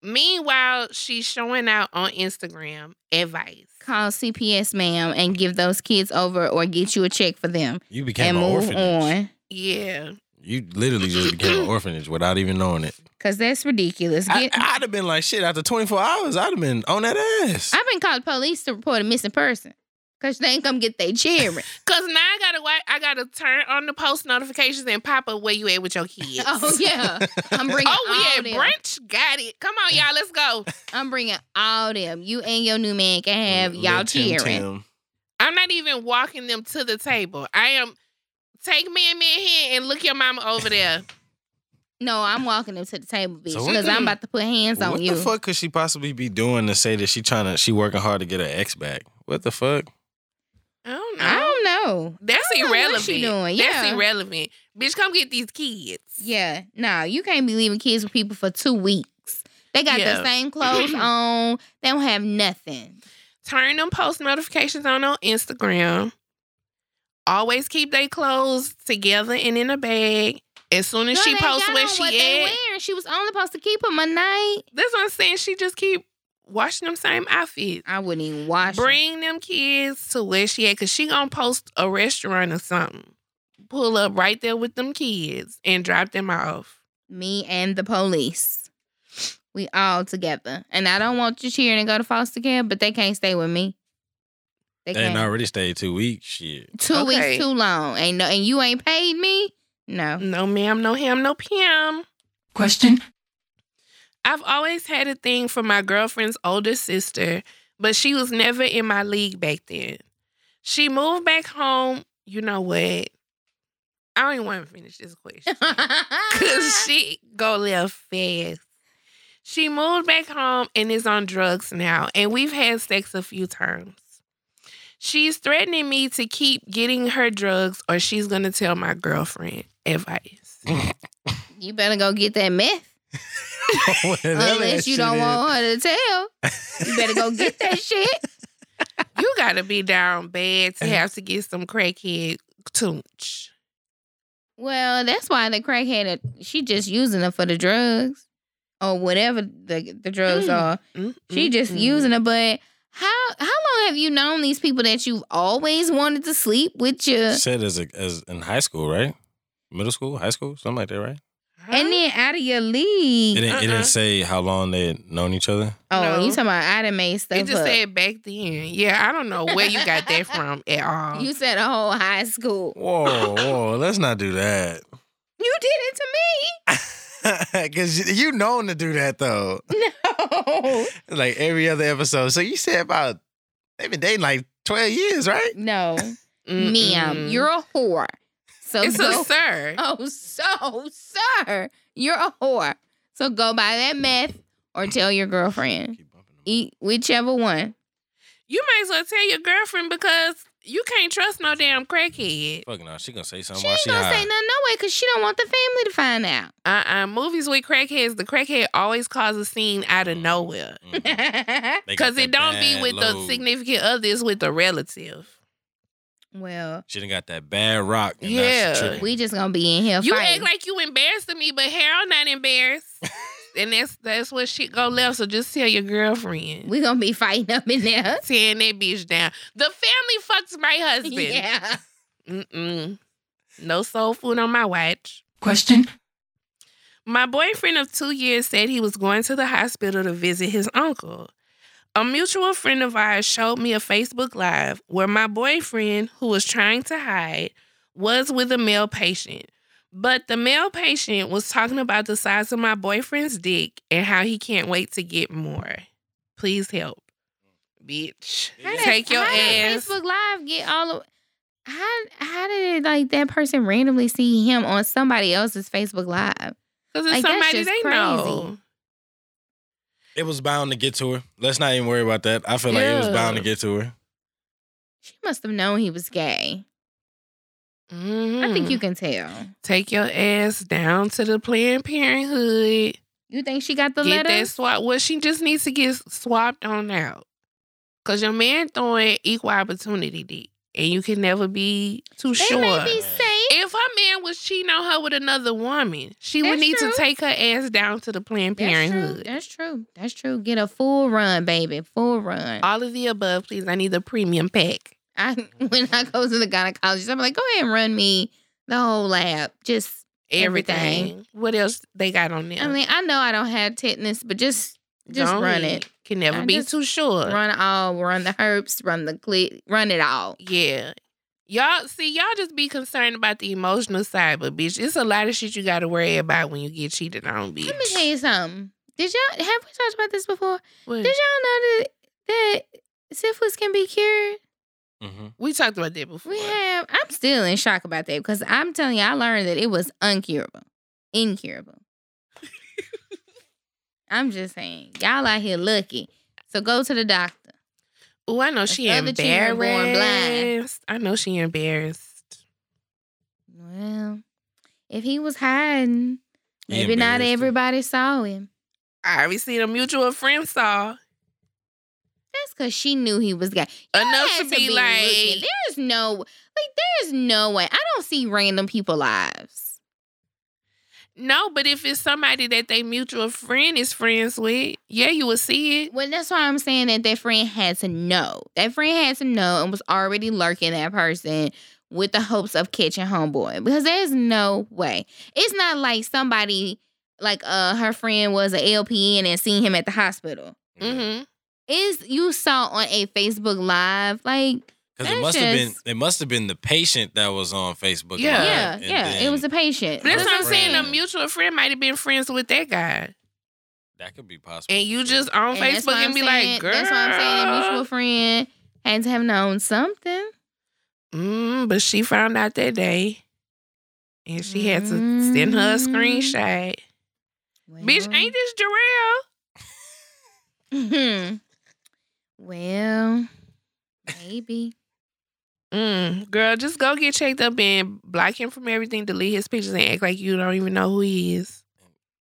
Speaker 2: Meanwhile, she's showing out on Instagram advice.
Speaker 3: Call CPS, ma'am, and give those kids over or get you a check for them.
Speaker 4: You became
Speaker 3: and
Speaker 4: an
Speaker 3: move
Speaker 4: orphanage.
Speaker 3: on
Speaker 2: Yeah.
Speaker 4: You literally just became an orphanage without even knowing it.
Speaker 3: because that's ridiculous.
Speaker 4: I,
Speaker 3: Get, I,
Speaker 4: I'd have been like, shit, after 24 hours, I'd have been on that ass.
Speaker 3: have been called police to report a missing person because they ain't come get their children.
Speaker 2: Cause now I gotta wa- I gotta turn on the post notifications and pop up where you at with your kids.
Speaker 3: oh yeah, I'm bringing.
Speaker 2: Oh,
Speaker 3: all
Speaker 2: we at
Speaker 3: them.
Speaker 2: brunch? Got it. Come on, y'all, let's go.
Speaker 3: I'm bringing all them. You and your new man can have
Speaker 4: Mm, Little
Speaker 3: y'all
Speaker 4: Tim
Speaker 3: children.
Speaker 4: Tim.
Speaker 2: I'm not even walking them to the table. I am take me and me here and look your mama over there.
Speaker 3: No, I'm walking them to the table, bitch,
Speaker 4: So what
Speaker 3: because
Speaker 4: the-
Speaker 3: I'm about to put hands on
Speaker 4: What
Speaker 3: you.
Speaker 4: the fuck could she possibly be doing to say that she trying to she working hard to get her ex back? What the fuck?
Speaker 2: I don't know.
Speaker 3: I don't know.
Speaker 2: Oh, That's
Speaker 3: I don't know
Speaker 2: irrelevant.
Speaker 3: what she doing.
Speaker 2: That's
Speaker 3: Yeah.
Speaker 2: irrelevant. Bitch, come get these kids.
Speaker 3: Yeah, no, you can't be leaving kids with people for two weeks. They got
Speaker 2: Yeah.
Speaker 3: the same clothes on. They don't have nothing.
Speaker 2: Turn them post notifications on on Instagram. Always keep their clothes together and in a bag. As soon as
Speaker 3: Girl,
Speaker 2: she
Speaker 3: they
Speaker 2: posts
Speaker 3: got
Speaker 2: where
Speaker 3: on
Speaker 2: she
Speaker 3: what they
Speaker 2: at,
Speaker 3: wearing. She was only supposed to keep them a night.
Speaker 2: that's what I'm saying. She just keep washing them same outfits.
Speaker 3: I wouldn't even wash. 'em.
Speaker 2: Bring them kids to where she at, cause she gonna post a restaurant or something. Pull up right there with them kids and drop them off.
Speaker 3: me and the police. We all together. And I don't want you cheering and go to foster care, but they can't stay with me. They
Speaker 4: They ain't
Speaker 3: can't.
Speaker 4: already stayed two weeks. Shit.
Speaker 3: Two
Speaker 2: Okay.
Speaker 3: weeks too long. Ain't no and you ain't paid me? No.
Speaker 2: No ma'am, no ham, no pam.
Speaker 5: Question.
Speaker 2: I've always had a thing for my girlfriend's older sister, but she was never in my league back then. She moved back home. You know what? I don't even want to finish this question because she go live fast. She moved back home and is on drugs now, and we've had sex a few times. She's threatening me to keep getting her drugs, or she's gonna tell my girlfriend. Advice.
Speaker 3: you better go get that meth. Unless you don't want her to tell. You better go get that shit.
Speaker 2: You gotta be down bad to have to get some crackhead tunch.
Speaker 3: Well, that's why the crackhead she just using her for the drugs. Or whatever the the drugs
Speaker 2: Mm.
Speaker 3: are.
Speaker 2: Mm,
Speaker 3: She
Speaker 2: mm,
Speaker 3: just
Speaker 2: mm.
Speaker 3: using it, but how how long have you known these people that you've always wanted to sleep with you?
Speaker 4: Said as a, as in high school, right? Middle school, high school, something like that, right?
Speaker 2: Huh?
Speaker 3: And then out of your
Speaker 4: It
Speaker 3: league.
Speaker 4: didn't, it
Speaker 2: Uh-uh.
Speaker 4: didn't say how long they had known each other.
Speaker 3: oh,
Speaker 2: No.
Speaker 3: you talking about I done made stuff
Speaker 2: it just
Speaker 3: up.
Speaker 2: said back then. Yeah, I don't know where you got that from at
Speaker 4: uh-huh.
Speaker 2: all.
Speaker 3: you said a whole high school.
Speaker 4: Whoa, whoa, let's not do that.
Speaker 3: You did it to
Speaker 4: Cause you known to do that though.
Speaker 3: me.
Speaker 4: Like every other episode. So you said about they've been dating like twelve years, right?
Speaker 3: No,
Speaker 2: Mm-mm.
Speaker 3: ma'am, you're a whore. So
Speaker 2: It's
Speaker 3: go.
Speaker 2: a sir.
Speaker 3: oh, so sir, you're a whore. So go buy that meth or tell your girlfriend. Eat whichever one.
Speaker 2: You might as well tell your girlfriend because you can't trust no damn crackhead.
Speaker 4: Fuck no, she gonna say something
Speaker 3: She
Speaker 4: while
Speaker 3: ain't
Speaker 4: she
Speaker 3: gonna
Speaker 4: high.
Speaker 3: say nothing no way because she don't want the family to find out.
Speaker 2: Uh uh Movies with crackheads, the crackhead always cause a scene out of nowhere.
Speaker 4: Mhm. Mm. They got
Speaker 2: Cause it
Speaker 4: that
Speaker 2: don't be
Speaker 4: bad
Speaker 2: with the
Speaker 4: load.
Speaker 2: significant other, it's with the relative.
Speaker 3: well,
Speaker 4: She done got that bad rock. and now she
Speaker 2: Yeah.
Speaker 4: tripping.
Speaker 3: we just gonna be in here
Speaker 2: You
Speaker 3: fighting.
Speaker 2: act like you embarrassed of me, but Harold not embarrassed. and that's that's what shit go left. So just tell your girlfriend.
Speaker 3: we gonna be fighting up in there.
Speaker 2: Tearing that bitch down. The family fucks my husband.
Speaker 3: yeah.
Speaker 2: Mm-mm. No soul food on my watch.
Speaker 5: Question.
Speaker 2: My boyfriend of two years said he was going to the hospital to visit his uncle. A mutual friend of ours showed me a Facebook Live where my boyfriend, who was trying to hide, was with a male patient. But the male patient was talking about the size of my boyfriend's dick and how he can't wait to get more. Please help. Bitch.
Speaker 4: How did-
Speaker 2: Take your
Speaker 3: how did
Speaker 2: ass.
Speaker 3: Facebook Live get all of how how did it, like that person randomly see him on somebody else's Facebook Live?
Speaker 2: Because it's
Speaker 3: Like, that's
Speaker 2: somebody
Speaker 3: just
Speaker 2: they
Speaker 3: crazy.
Speaker 2: know.
Speaker 4: It was bound to get to her. Let's not even worry about that. I feel like it was
Speaker 2: Yeah.
Speaker 4: bound to get to her.
Speaker 3: She must have known he was gay. I think
Speaker 2: Mhm.
Speaker 3: you can tell.
Speaker 2: Take your ass down to the Planned Parenthood.
Speaker 3: You think she got the
Speaker 2: get
Speaker 3: letter?
Speaker 2: that swap. Well, she just needs to get swapped on out. Cause your man throwing equal opportunity dick, and you can never be too
Speaker 3: They
Speaker 2: sure.
Speaker 3: may be safe.
Speaker 2: if her man was cheating on her with another woman, she would
Speaker 3: That's
Speaker 2: need
Speaker 3: true.
Speaker 2: to take her ass down to the Planned
Speaker 3: That's true.
Speaker 2: Parenthood.
Speaker 3: That's true. That's true. Get a full run, baby. Full run.
Speaker 2: All of the above, please. I need the premium pack.
Speaker 3: I when I go to the gynecologist, I'm like, go ahead and run me the whole lab. Just
Speaker 2: Everything.
Speaker 3: Everything.
Speaker 2: What else they got on there?
Speaker 3: I mean, I know I don't have tetanus, but just just
Speaker 2: Don't
Speaker 3: run
Speaker 2: need-
Speaker 3: it.
Speaker 2: Can never
Speaker 3: I
Speaker 2: be
Speaker 3: just
Speaker 2: too sure.
Speaker 3: Run it all, run the herbs, run the clit, run it all.
Speaker 2: Yeah. Y'all see, y'all just be concerned about the emotional side, but bitch, it's a lot of shit you gotta worry about when you get cheated on, bitch. Mm.
Speaker 3: Let me tell you something. Did y'all have we talked about this before?
Speaker 2: What?
Speaker 3: Did y'all know that that syphilis can be cured?
Speaker 4: Mm-hmm.
Speaker 2: We talked about that before.
Speaker 3: We have I'm still in shock about that because I'm telling you, I learned that it was uncurable. Incurable. I'm just saying, y'all out here lucky. So go to the doctor.
Speaker 2: Oh, I know she
Speaker 3: The other cheater
Speaker 2: embarrassed.
Speaker 3: born blind.
Speaker 2: I know she embarrassed.
Speaker 3: Well, if he was hiding, maybe not everybody saw him.
Speaker 2: I already seen a mutual friend saw
Speaker 3: That's because she knew he was gay. You
Speaker 2: Enough
Speaker 3: had
Speaker 2: to be like-
Speaker 3: looking. there's no, like, there's no way. I don't see random people lives.
Speaker 2: No, but if it's somebody that they mutual friend is friends with, yeah, you will see it.
Speaker 3: Well, that's why I'm saying that that friend had to know. That friend had to know and was already lurking that person with the hopes of catching homeboy because there's no way. It's not like somebody like uh her friend was a LPN and seen him at the hospital.
Speaker 2: Mm-hmm.
Speaker 3: Is you saw on a Facebook live like
Speaker 4: Because
Speaker 3: That's
Speaker 4: it must have been
Speaker 3: just-
Speaker 4: it must have been the patient that was on Facebook.
Speaker 2: Yeah.
Speaker 4: Live,
Speaker 3: yeah
Speaker 4: and
Speaker 3: yeah it
Speaker 4: then
Speaker 3: was a patient.
Speaker 2: That's what I'm
Speaker 4: Friend.
Speaker 2: saying. A mutual friend might have been friends with that guy,
Speaker 4: that could be possible.
Speaker 2: and you just on
Speaker 3: And that's
Speaker 2: Facebook
Speaker 3: why
Speaker 2: and
Speaker 3: I'm
Speaker 2: be
Speaker 3: saying-
Speaker 2: like, "Girl."
Speaker 3: That's why I'm saying a mutual friend had to have known something.
Speaker 2: Mm, but she found out that day, and she had to send her a
Speaker 3: Mm.
Speaker 2: screenshot. Bitch, ain't this Jarrell?
Speaker 3: ain't. well, maybe.
Speaker 2: Mm, girl, just go get checked up and block him from everything, delete his pictures, and act like you don't even know who he is.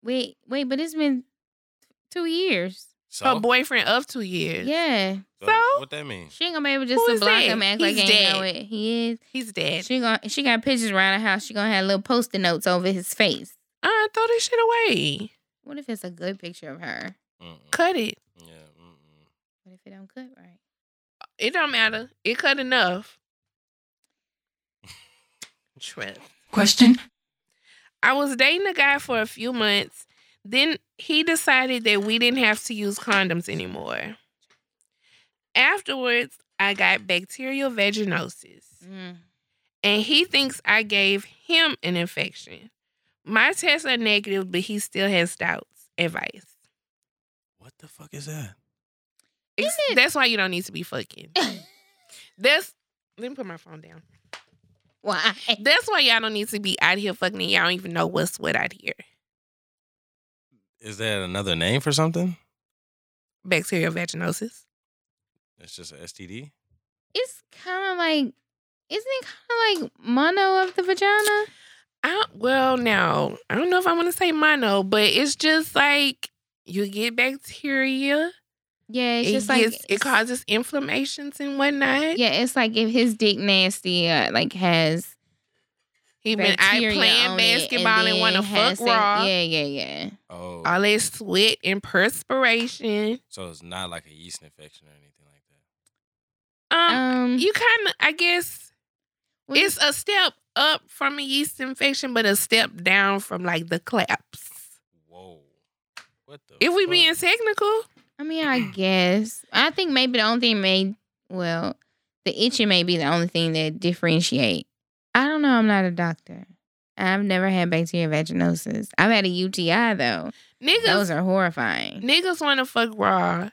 Speaker 3: Wait, wait, but it's been two years.
Speaker 4: so,
Speaker 2: Her boyfriend of two years.
Speaker 3: Yeah,
Speaker 4: so
Speaker 2: so?
Speaker 4: what that mean?
Speaker 3: she ain't gonna be able just
Speaker 2: Who
Speaker 3: to
Speaker 2: is
Speaker 3: block
Speaker 2: that?
Speaker 3: him, act like
Speaker 2: He's
Speaker 3: ain't know
Speaker 2: dead.
Speaker 3: it. He is.
Speaker 2: He's dead.
Speaker 3: She gonna she got pictures around the house. She gonna have little post-it notes over his face.
Speaker 2: I Uh, throw this shit away.
Speaker 3: What if it's a good picture of her?
Speaker 4: Mm-mm.
Speaker 2: Cut it.
Speaker 4: Yeah. Mm-mm.
Speaker 3: What if it don't cut right?
Speaker 2: It don't matter. It cut enough. Trip.
Speaker 5: Question.
Speaker 2: I was dating a guy for a few months. Then he decided that we didn't have to use condoms anymore. Afterwards, I got bacterial vaginosis.
Speaker 3: Mm.
Speaker 2: and he thinks I gave him an infection. My tests are negative, but he still has doubts. Advice.
Speaker 4: What the fuck is that?
Speaker 2: Ex-
Speaker 3: Isn't it-
Speaker 2: That's why you don't need to be fucking. That's let me put my phone down.
Speaker 3: Why?
Speaker 2: That's why y'all don't need to be out here fucking. And y'all don't even know what's what out here.
Speaker 4: Is that another name for something?
Speaker 2: Bacterial vaginosis.
Speaker 4: It's just an STD.
Speaker 3: it's kind of like, isn't it kind of like mono of the vagina?
Speaker 2: I well now I don't know if I want to say mono, but it's just like you get bacteria.
Speaker 3: Yeah, it's
Speaker 2: it
Speaker 3: just like
Speaker 2: gets- it causes inflammations and whatnot.
Speaker 3: Yeah, it's like if his dick nasty, uh, like has
Speaker 2: He been out
Speaker 3: bacteria
Speaker 2: playing
Speaker 3: on it
Speaker 2: basketball and
Speaker 3: then
Speaker 2: want to
Speaker 3: has
Speaker 2: fuck
Speaker 3: sex-
Speaker 2: raw.
Speaker 3: Yeah, yeah, yeah.
Speaker 4: Oh,
Speaker 2: all that sweat and perspiration.
Speaker 4: so it's not like a yeast infection or anything like that.
Speaker 2: Um,
Speaker 3: Um,
Speaker 2: you kind of, I guess,
Speaker 3: what-
Speaker 2: it's a step up from a yeast infection, but a step down from like the claps.
Speaker 4: Whoa. What the?
Speaker 2: If we
Speaker 4: fuck?
Speaker 2: being technical,
Speaker 3: I mean, I guess I think maybe the only thing may well, the itching may be the only thing that differentiate. I don't know. I'm not a doctor. I've never had bacterial vaginosis. I've had a UTI though.
Speaker 2: niggas,
Speaker 3: Those are horrifying.
Speaker 2: niggas want to fuck raw,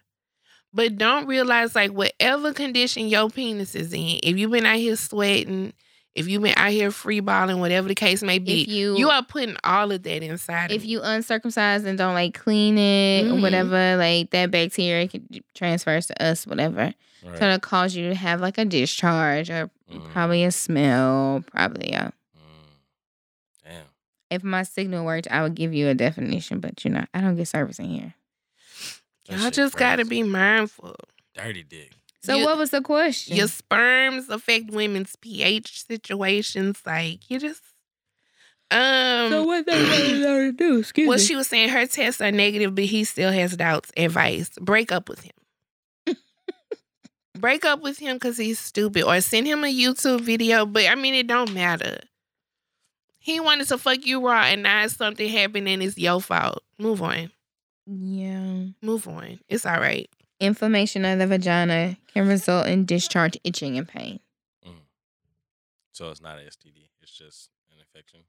Speaker 2: but don't realize like whatever condition your penis is in. If you've been out here sweating, if you've been out here free balling, whatever the case may be,
Speaker 3: If you-
Speaker 2: are putting all of that inside. of
Speaker 3: if you uncircumcised and don't like clean it or
Speaker 2: Mhm.
Speaker 3: whatever, like that bacteria could transfers to us, whatever.
Speaker 4: Right.
Speaker 3: So it'll cause you to have like a discharge or
Speaker 2: Mm-hmm.
Speaker 4: Mm.
Speaker 3: probably a smell. Probably, yeah.
Speaker 4: Mm. Damn.
Speaker 3: If my signal worked, I would give you a definition, but you know, I don't get service in here.
Speaker 4: That
Speaker 2: y'all
Speaker 4: shit
Speaker 2: just gotta be
Speaker 4: crazy.
Speaker 2: mindful.
Speaker 4: dirty dick.
Speaker 3: So
Speaker 2: You-
Speaker 3: what was the question?
Speaker 2: your sperms affect women's pH situations. Like you just um
Speaker 3: what they wanted her to do? Excuse
Speaker 2: well, she was saying her tests are negative, but he still has doubts. Advice. Break up with him. Break up with him because he's stupid. Or send him a YouTube video. But I mean it don't matter. He wanted to fuck you raw and now something happened and it's your fault. Move on.
Speaker 3: yeah.
Speaker 2: Move on. It's all right.
Speaker 3: Inflammation of the vagina can result in discharge, itching, and pain.
Speaker 4: Mm. So it's not an STD. It's just an infection.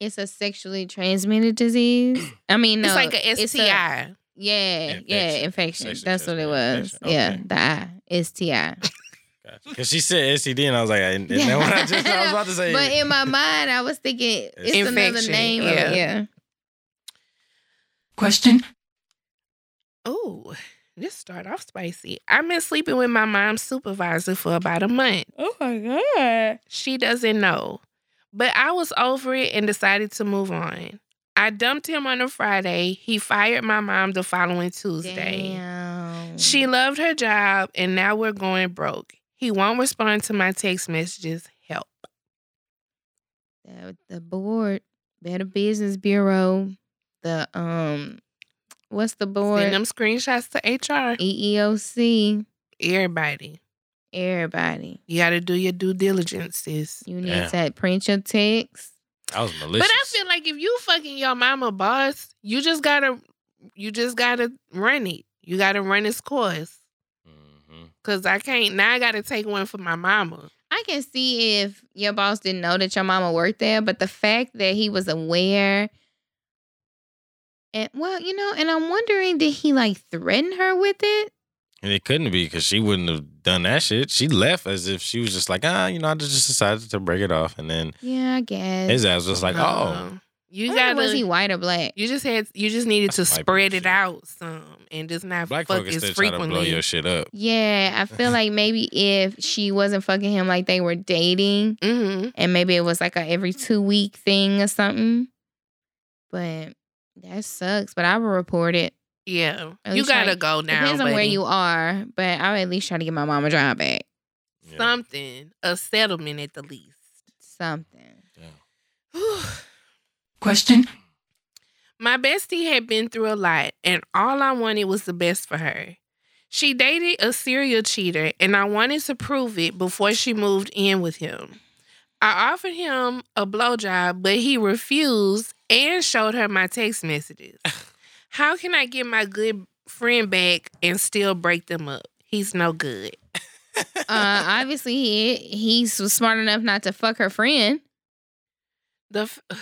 Speaker 3: It's a sexually transmitted disease. I mean, no,
Speaker 2: it's like an
Speaker 3: it's a-
Speaker 2: STI.
Speaker 3: Yeah, yeah, infection.
Speaker 4: Infection. Sexually
Speaker 3: That's what it
Speaker 4: transmitted
Speaker 3: was.
Speaker 4: infection.
Speaker 3: Yeah,
Speaker 4: Okay.
Speaker 3: the I is Ti.
Speaker 4: Because she said STD, and I was like, I, and then when I just, I was about to say,
Speaker 3: But in my mind, I was thinking it's another
Speaker 2: Infection,
Speaker 3: name. Of
Speaker 2: yeah.
Speaker 3: it. yeah.
Speaker 5: Question.
Speaker 2: Oh, this start off spicy. I've been sleeping with my mom's supervisor for about a month.
Speaker 3: Oh my god.
Speaker 2: She doesn't know. But I was over it and decided to move on. I dumped him on a Friday. He fired my mom the following Tuesday.
Speaker 3: Damn.
Speaker 2: She loved her job and now we're going broke. He won't respond to my text messages. Help.
Speaker 3: the, the board, Better Business Bureau, the um, what's the board? E
Speaker 2: Send them screenshots to HR.
Speaker 3: EEOC.
Speaker 2: Everybody.
Speaker 3: Everybody,
Speaker 2: You got to do your due diligence, sis.
Speaker 3: you need
Speaker 4: Yeah.
Speaker 3: to print your text.
Speaker 4: I was
Speaker 2: But
Speaker 4: malicious.
Speaker 2: I feel like if you fucking your mama boss, you just gotta, you just gotta run it. You gotta run its course.
Speaker 4: Mhm.
Speaker 2: Cause I can't now. I gotta take one for my mama.
Speaker 3: I can see if your boss didn't know that your mama worked there, but the fact that he was aware. And well, you know, and I'm wondering, did he like threaten her with it?
Speaker 4: And it couldn't be because she wouldn't have done that shit. She left as if she was just like, ah, you know, I just decided to break it off. And then
Speaker 3: Yeah, I guess.
Speaker 4: his ass was like,
Speaker 3: uh,
Speaker 4: oh,
Speaker 2: Uh-uh. you
Speaker 3: I
Speaker 2: gotta.
Speaker 3: wonder, was he white or black?
Speaker 2: you just had. You just needed to
Speaker 4: That's white
Speaker 2: spread
Speaker 4: people
Speaker 2: it
Speaker 4: shit.
Speaker 2: out some and just not
Speaker 4: black
Speaker 2: fuck
Speaker 4: folk
Speaker 2: as
Speaker 4: is still trying to blow
Speaker 2: frequently.
Speaker 4: your shit up.
Speaker 3: Yeah, I feel like maybe if she wasn't fucking him like they were dating,
Speaker 2: mm-hmm.
Speaker 3: and maybe it was like a every two week thing or something. But that sucks. But I would report it.
Speaker 2: Yeah,
Speaker 3: At
Speaker 2: you
Speaker 3: least, like,
Speaker 2: gotta go now.
Speaker 3: Depends on where
Speaker 2: buddy.
Speaker 3: you are, but I would at least try to get my mom a job back.
Speaker 4: Yeah.
Speaker 2: Something, a settlement at the least.
Speaker 3: Something.
Speaker 4: Yeah.
Speaker 5: Question.
Speaker 2: My bestie had been through a lot, and all I wanted was the best for her. She dated a serial cheater, and I wanted to prove it before she moved in with him. I offered him a blowjob, but he refused and showed her my text messages. How can I get my good friend back and still break them up? He's no good.
Speaker 3: Uh, obviously, he he's smart enough not to fuck her friend.
Speaker 2: The f-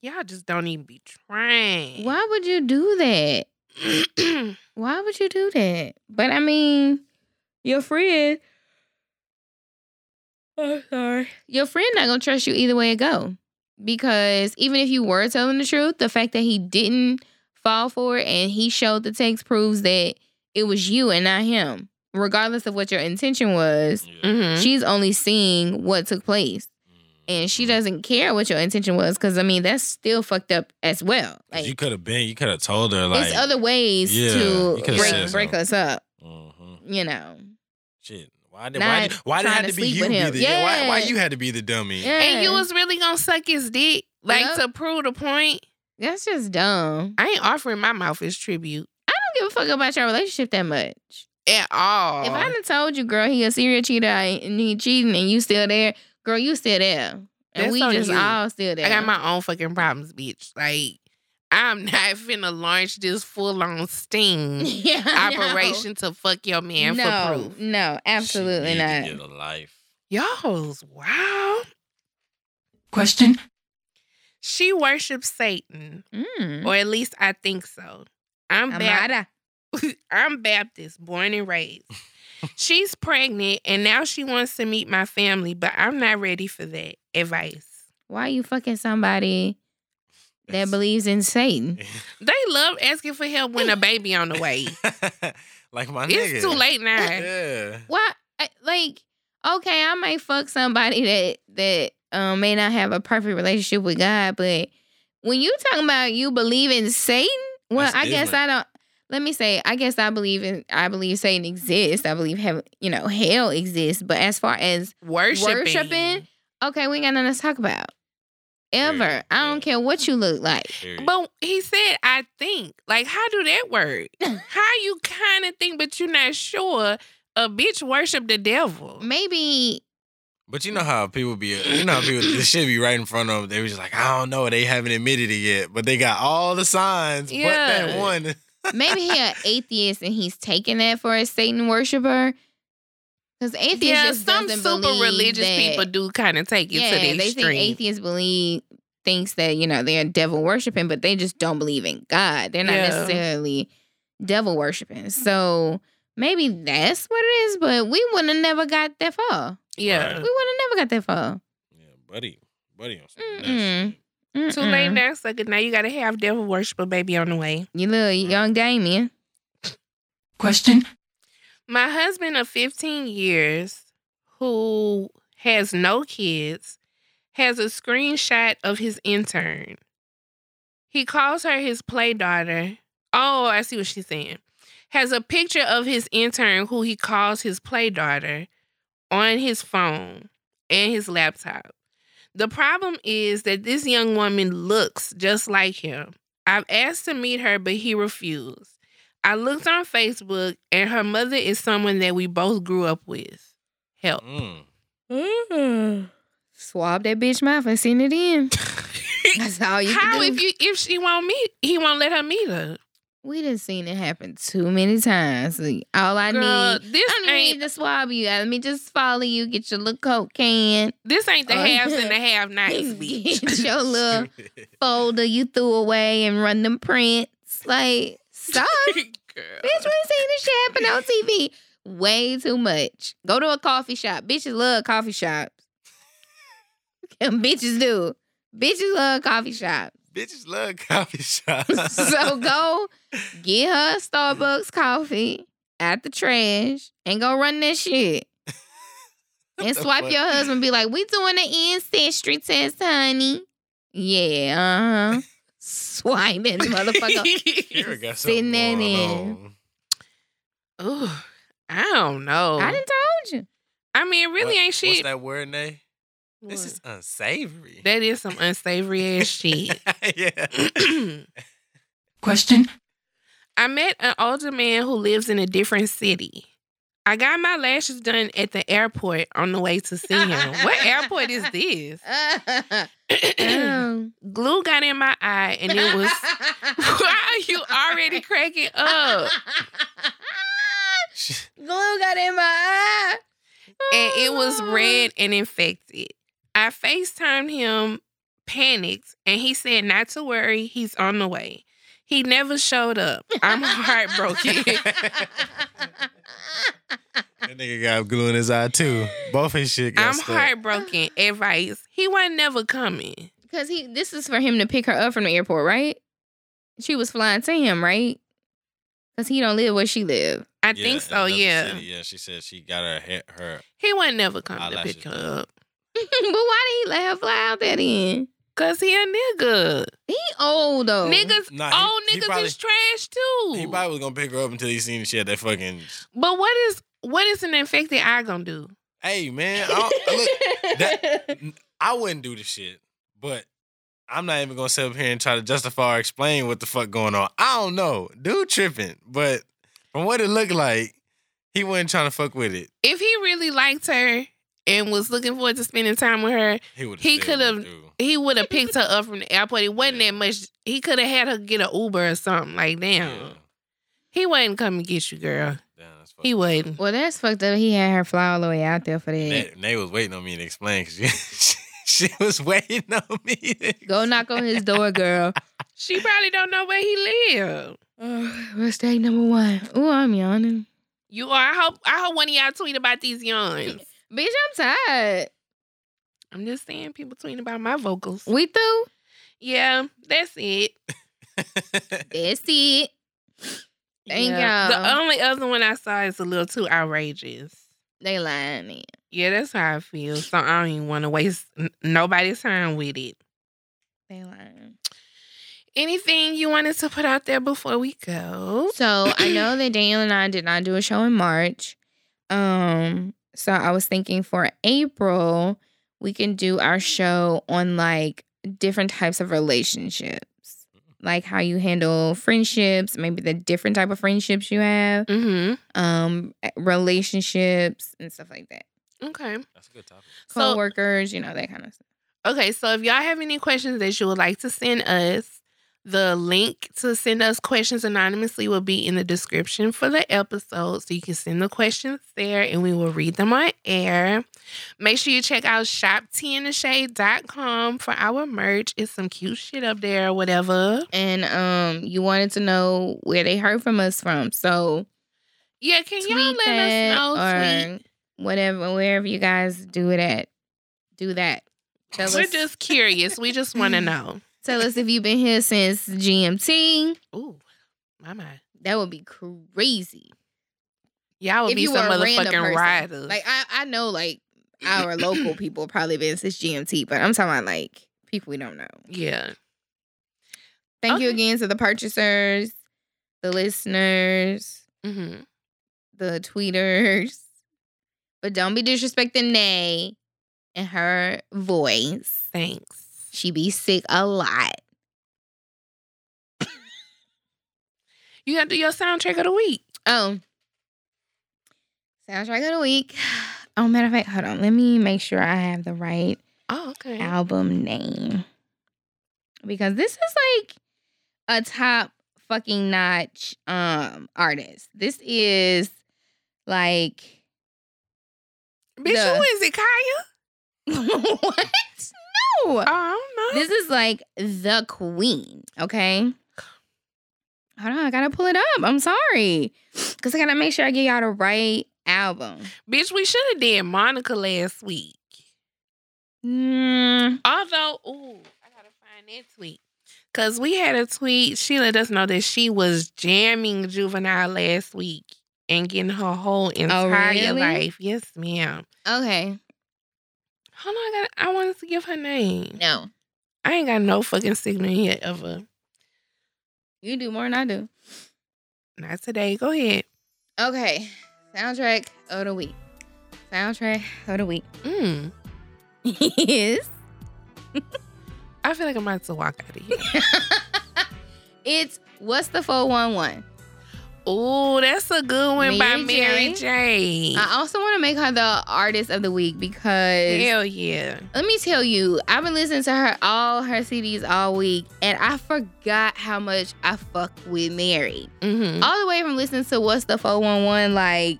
Speaker 2: y'all just don't even be trying.
Speaker 3: Why would you do that? Why would you do that? But I mean, your friend. Oh, sorry. Your friend not gonna trust you either way it go, because even if you were telling the truth, the fact that he didn't fall for it and he showed the text proves that it was you and not him, regardless of what your intention was.
Speaker 4: Yeah. Mm-hmm.
Speaker 2: Mhm.
Speaker 3: She's only seeing what took place, and she doesn't care what your intention was, because I mean that's still fucked up as well.
Speaker 4: 'Cause
Speaker 3: Like,
Speaker 4: you could have been, you could have told her, like,
Speaker 3: it's other ways
Speaker 4: Yeah, you
Speaker 3: to
Speaker 4: could've
Speaker 3: break,
Speaker 4: said
Speaker 3: break
Speaker 4: something.
Speaker 3: us up,
Speaker 4: Mhm.
Speaker 3: you know.
Speaker 4: Shit. Why did why
Speaker 3: Not
Speaker 4: did, why did it
Speaker 3: trying
Speaker 4: have
Speaker 3: to
Speaker 4: to be
Speaker 3: sleep
Speaker 4: you?
Speaker 3: with
Speaker 4: Be
Speaker 3: him.
Speaker 4: the, yeah. Why, why
Speaker 3: Yeah.
Speaker 4: you had to be the dummy?
Speaker 3: Yeah.
Speaker 2: And you was really gonna suck his dick, like
Speaker 3: Yep.
Speaker 2: to prove the point.
Speaker 3: That's just dumb.
Speaker 2: I ain't offering my mouth as tribute
Speaker 3: I don't give a fuck about your relationship that much.
Speaker 2: at all.
Speaker 3: If I done told you, girl, he a serial cheater and he cheating and you still there, girl, you still there. And
Speaker 2: That's
Speaker 3: we
Speaker 2: on
Speaker 3: just
Speaker 2: you.
Speaker 3: all still there.
Speaker 2: I got my own fucking problems, bitch. Like I'm not finna launch this full on sting
Speaker 3: Yeah, I know.
Speaker 2: operation to fuck your man for
Speaker 3: No,
Speaker 2: proof.
Speaker 3: no, absolutely
Speaker 4: She need
Speaker 3: not.
Speaker 4: To get a life.
Speaker 2: Y'all's wow.
Speaker 5: Question.
Speaker 2: She worships Satan,
Speaker 3: Mm.
Speaker 2: or at least I think so. I'm bad.
Speaker 3: Amada.
Speaker 2: I'm Baptist, born and raised. She's pregnant and now she wants to meet my family, but I'm not ready for that advice.
Speaker 3: Why you fucking somebody that
Speaker 4: That's-
Speaker 3: believes in Satan?
Speaker 2: They love asking for help when a baby on the way.
Speaker 4: like my nigga.
Speaker 2: It's too late now.
Speaker 4: Yeah.
Speaker 3: Why? I- Like, okay, I may fuck somebody that that um, may not have a perfect relationship with God, but when you talking about you believe in Satan, well,
Speaker 4: That's
Speaker 3: I guess I
Speaker 4: different.
Speaker 3: don't. Let me say, I guess I believe in. I believe Satan exists. I believe heaven, you know, hell exists. But as far as
Speaker 2: Worshiping.
Speaker 3: Worshiping? okay, we ain't got nothing to talk about ever.
Speaker 4: Period.
Speaker 3: I don't
Speaker 4: Yeah.
Speaker 3: care what you look like.
Speaker 4: Period.
Speaker 2: But he said, I think. Like, how do that work? How you kind of think, but you're not sure a bitch worship the devil.
Speaker 3: Maybe
Speaker 4: But you know how people be, uh, you know how people, this shit be right in front of them. They was just like, I don't know, they haven't admitted it yet, but they got all the signs. But
Speaker 2: Yeah.
Speaker 4: that one,
Speaker 3: maybe he an atheist and he's taking that for a Satan worshiper. Because atheists
Speaker 2: Yeah,
Speaker 3: just
Speaker 2: some
Speaker 3: doesn't
Speaker 2: super
Speaker 3: believe
Speaker 2: religious
Speaker 3: that-
Speaker 2: people do kind of take it
Speaker 3: yeah,
Speaker 2: to the
Speaker 3: they
Speaker 2: extreme.
Speaker 3: think atheists believe thinks that you know they're devil worshiping, but they just don't believe in God. They're not
Speaker 2: Yeah.
Speaker 3: necessarily devil worshiping. So maybe that's what it is. But we wouldn't have never got that far.
Speaker 2: yeah.
Speaker 3: We would have never got that far.
Speaker 4: yeah, buddy, buddy, on some
Speaker 3: Mm-mm.
Speaker 4: mm
Speaker 2: Too late
Speaker 3: Mm-mm.
Speaker 2: now, sucker. Now you gotta have devil worshiper baby on the way.
Speaker 3: You little young Damien.
Speaker 5: Question.
Speaker 2: My husband of 15 years, who has no kids, has a screenshot of his intern. He calls her his play daughter. Oh, I see what she's saying. Has a picture of his intern who he calls his play daughter on his phone and his laptop. The problem is that this young woman looks just like him. I've asked to meet her, but he refused. I looked on Facebook, and her mother is someone that we both grew up with. Help.
Speaker 4: Mm.
Speaker 2: Mm-hmm.
Speaker 3: Mm. Swab that bitch mouth and send it in. That's all you
Speaker 2: How
Speaker 3: can do.
Speaker 2: if you if she won't meet he won't let her meet her?
Speaker 3: we done seen it happen too many times. Like, All I
Speaker 2: Girl,
Speaker 3: need.
Speaker 2: this
Speaker 3: I don't
Speaker 2: ain't
Speaker 3: need to swab you. Let me just follow you. Get your little coke can.
Speaker 2: this ain't the
Speaker 3: Oh,
Speaker 2: haves
Speaker 3: yeah.
Speaker 2: and the have nots. bitch.
Speaker 3: Get your little folder you threw away and run them prints. Like, stop.
Speaker 2: Girl.
Speaker 3: Bitch, we seen this shit happen on TV way too much. Go to a coffee shop. Bitches love coffee shops. And bitches do. Bitches love coffee shops.
Speaker 4: Bitches love coffee shops.
Speaker 3: so go get her a Starbucks coffee at the trash and go run that shit. And
Speaker 4: The
Speaker 3: swipe
Speaker 4: fuck?
Speaker 3: your husband. Be like, we doing an ancestry test, honey. Yeah, uh huh. Swipe that motherfucker.
Speaker 4: Kira
Speaker 3: Send
Speaker 4: got something
Speaker 3: that
Speaker 4: going
Speaker 3: in.
Speaker 4: on.
Speaker 2: Ooh, I don't know.
Speaker 3: I didn't told you.
Speaker 2: I mean, really
Speaker 4: What-
Speaker 2: ain't
Speaker 4: What's
Speaker 2: shit.
Speaker 4: that word, Nay? This
Speaker 2: What?
Speaker 4: is unsavory.
Speaker 2: that is some unsavory ass shit.
Speaker 4: yeah.
Speaker 5: Question.
Speaker 2: I met an older man who lives in a different city. I got my lashes done at the airport on the way to see him. what airport is this?
Speaker 3: Um,
Speaker 2: Glue got in my eye and it was. Why are you already cracking up?
Speaker 3: Glue got in my eye. Oh.
Speaker 2: And it was red and infected. I FaceTimed him, panicked, and he said not to worry, he's on the way. He never showed up. I'm heartbroken.
Speaker 4: That nigga got glue in his eye too. Both his shit got
Speaker 2: I'm
Speaker 4: stuck.
Speaker 2: heartbroken. Advice. He wasn't never coming.
Speaker 3: Because he, this is for him to pick her up from the airport, right? She was flying to him, right? Because he don't live where she live.
Speaker 2: I think so,
Speaker 4: another
Speaker 2: yeah.
Speaker 4: city. Yeah, she said she got her hair, her.
Speaker 2: He wasn't never coming to
Speaker 4: Eyelashes
Speaker 2: pick her
Speaker 4: done.
Speaker 2: up.
Speaker 3: but why did he let her fly out that in?
Speaker 2: Cause he a nigga.
Speaker 3: He old though.
Speaker 2: Niggas
Speaker 4: Nah, he-
Speaker 2: old
Speaker 4: he
Speaker 2: niggas
Speaker 4: probably-
Speaker 2: is trash too.
Speaker 4: He probably was gonna pick her up until he seen she had that fucking.
Speaker 2: but what is what is an infected eye gonna do?
Speaker 4: Hey man, I don't, look, that- I wouldn't do the shit, but I'm not even gonna sit up here and try to justify or explain what the fuck going on. I don't know, dude, tripping. But from what it looked like, he wasn't trying to fuck with it.
Speaker 2: If he really liked her and was looking forward to spending time with her,
Speaker 4: He would.
Speaker 2: He could've- he would have picked her up from the airport. It wasn't that much. He could have had her get an Uber or something. Like damn, he wasn't coming to get you, girl.
Speaker 4: Damn, that's
Speaker 2: He wasn't.
Speaker 3: well, that's fucked up. He had her fly all the way out there for that.
Speaker 4: Nay, Nay was waiting on me to explain because she, she was waiting on me. to
Speaker 3: Go knock on his door, girl.
Speaker 2: She probably don't know where he live.
Speaker 3: Oh, mistake number one. Ooh, I'm yawning.
Speaker 2: You are. I hope. I hope one of y'all tweet about these yawns.
Speaker 3: Bitch, I'm tired.
Speaker 2: I'm just saying, people tweeting about my vocals.
Speaker 3: We through?
Speaker 2: Yeah, that's it.
Speaker 4: explain.
Speaker 3: That's it. Thank
Speaker 2: Yeah. The
Speaker 3: y'all.
Speaker 2: only other one I saw is a little too outrageous.
Speaker 3: They lying, man.
Speaker 2: Yeah, that's how I feel. So I don't even want to waste n- nobody's time with it.
Speaker 3: They lying.
Speaker 2: Anything you wanted to put out there before we go?
Speaker 3: So I know that Daniel and I did not do a show in March. Um, so I was thinking for April, we can do our show on like different types of relationships. Like how you handle friendships, maybe the different type of friendships you have,
Speaker 2: Mm-hmm.
Speaker 3: um, relationships and stuff like that.
Speaker 2: Okay.
Speaker 4: That's a good topic.
Speaker 2: So-
Speaker 3: Coworkers, you know, that kind of stuff.
Speaker 2: Okay, so if y'all have any questions that you would like to send us, the link to send us questions anonymously will be in the description for the episode. So you can send the questions there and we will read them on air. Make sure you check out shoptnashade.com for our merch. It's some cute shit up there, whatever.
Speaker 3: And um, you wanted to know where they heard from us from. So
Speaker 2: Yeah, can y'all
Speaker 3: tweet
Speaker 2: let
Speaker 3: that
Speaker 2: us know?
Speaker 3: or whatever, wherever you guys do it at, do that. Tell
Speaker 2: Tweet. We're
Speaker 3: us,
Speaker 2: just curious. We just want to know.
Speaker 3: tell us if you've been here since GMT.
Speaker 2: Ooh, my mind.
Speaker 3: That would be crazy.
Speaker 2: Y'all would
Speaker 3: if
Speaker 2: be
Speaker 3: you were
Speaker 2: some
Speaker 3: a random
Speaker 2: motherfucking
Speaker 3: person,
Speaker 2: riders.
Speaker 3: like I, I know like our local people probably been since GMT, but I'm talking about like people we don't know.
Speaker 2: Yeah.
Speaker 3: Thank you
Speaker 2: Okay.
Speaker 3: again to the purchasers, the listeners,
Speaker 2: Mm-hmm.
Speaker 3: the tweeters. But don't be disrespecting Nay and her voice.
Speaker 2: Thanks.
Speaker 3: She be sick a lot.
Speaker 2: You gotta do your soundtrack of the week.
Speaker 3: Oh. Soundtrack of the week. Oh, matter of fact, hold on. Let me make sure I have the right
Speaker 2: Oh, okay.
Speaker 3: album name. Because this is like a top fucking notch um artist. This is like
Speaker 2: Bitch, who
Speaker 3: the-
Speaker 2: is it, Kaya?
Speaker 3: what? No.
Speaker 2: Oh, I don't know.
Speaker 3: This is like the queen, okay? Hold on, I gotta pull it up. I'm sorry. Cause I gotta make sure I get y'all the right album.
Speaker 2: Bitch, we should have did Monica last week.
Speaker 3: Mm,
Speaker 2: Although, ooh, I gotta find that tweet. Cause we had a tweet. She let us know that she was jamming juvenile last week and getting her whole entire
Speaker 3: Oh, really?
Speaker 2: life. Yes, ma'am.
Speaker 3: okay.
Speaker 2: Hold on, I got I wanted to give her name.
Speaker 3: No.
Speaker 2: I ain't got no fucking signal here ever.
Speaker 3: You do more than I do.
Speaker 2: Not today. Go ahead.
Speaker 3: Okay. Soundtrack of the week. Soundtrack of the week.
Speaker 2: Mm.
Speaker 3: is
Speaker 2: I feel like I'm about to walk out of here.
Speaker 3: it's What's the 411?
Speaker 2: Ooh, that's a good one by
Speaker 3: Mary
Speaker 2: Mary J.
Speaker 3: I also want to make her the artist of the week because
Speaker 2: Hell yeah.
Speaker 3: let me tell you, I've been listening to her all her CDs all week and I forgot how much I fuck with Mary.
Speaker 2: Mm-hmm.
Speaker 3: All the way from listening to What's the 411, like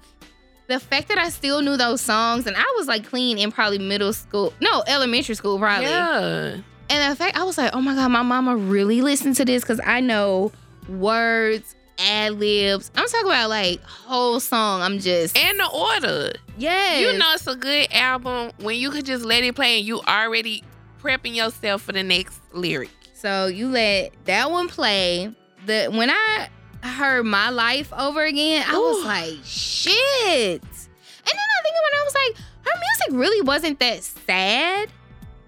Speaker 3: the fact that I still knew those songs and I was like clean in probably middle school, no, elementary school probably.
Speaker 2: Yeah.
Speaker 3: And in fact, I was like, oh my God, my mama really listened to this because I know words, ad libs. I'm talking about like whole song. I'm just,
Speaker 2: And the order.
Speaker 3: yes.
Speaker 2: You know it's a good album when you could just let it play and you already prepping yourself for the next lyric.
Speaker 3: So you let that one play. The When I heard My Life over again, I was
Speaker 2: Ooh.
Speaker 3: like, shit. And then I think about it, I was like, her music really wasn't that sad.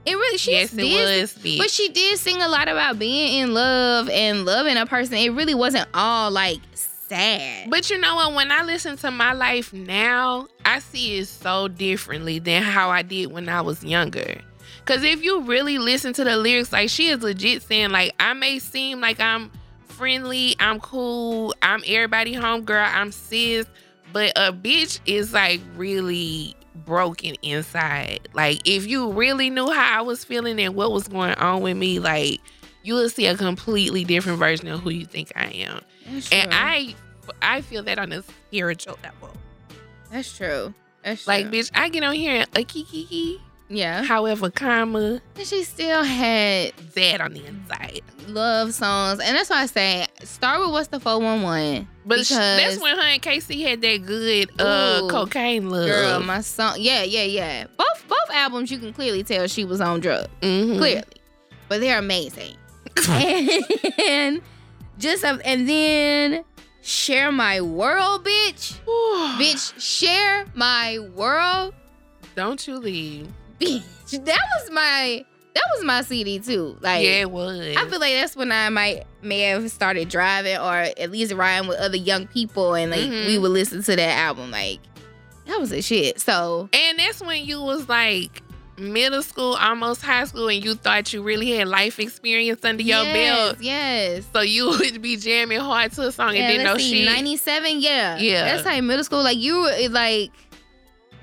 Speaker 3: It really, she
Speaker 2: yes, it
Speaker 3: did
Speaker 2: was. Bitch.
Speaker 3: But she did sing a lot about being in love and loving a person. It really wasn't all like sad.
Speaker 2: But you know what? When I listen to my life now, I see it so differently than how I did when I was younger. Cause if you really listen to the lyrics, like she is legit saying, like, I may seem like I'm friendly, I'm cool, I'm everybody home girl, I'm sis, but a bitch is like really broken inside. Like if you really knew how I was feeling and what was going on with me, like you will see a completely different version of who you think I am.
Speaker 3: that's
Speaker 2: And I I feel that on a spiritual level.
Speaker 3: that's true. That's true.
Speaker 2: Like, bitch, I get on here and uh, a kiki,
Speaker 3: yeah.
Speaker 2: however, comma,
Speaker 3: And she still had
Speaker 2: that on the inside.
Speaker 3: love songs, and that's why I say start with what's the four one one.
Speaker 2: But sh
Speaker 3: Because-
Speaker 2: that's when her and Casey had that good uh
Speaker 3: Ooh,
Speaker 2: cocaine love.
Speaker 3: Girl, my song. Yeah, yeah, yeah. Both both albums, you can clearly tell she was on drugs.
Speaker 2: Mhm.
Speaker 3: clearly, but they're amazing. and just of- and then share my world, bitch. Bitch, share my world.
Speaker 2: Don't you leave.
Speaker 3: Bitch, that was my that was my CD too. Like
Speaker 2: yeah, it was.
Speaker 3: I feel like that's when I might may have started driving or at least riding with other young people and like
Speaker 2: Mhm.
Speaker 3: we would listen to that album. Like that was a shit. So
Speaker 2: and that's when you was like middle school, almost high school, and you thought you really had life experience under your
Speaker 3: yes,
Speaker 2: belt.
Speaker 3: Yes.
Speaker 2: So you would be jamming hard to a song and didn't know shit.
Speaker 3: 97, yeah.
Speaker 2: Yeah.
Speaker 3: That's like middle school. Like you were like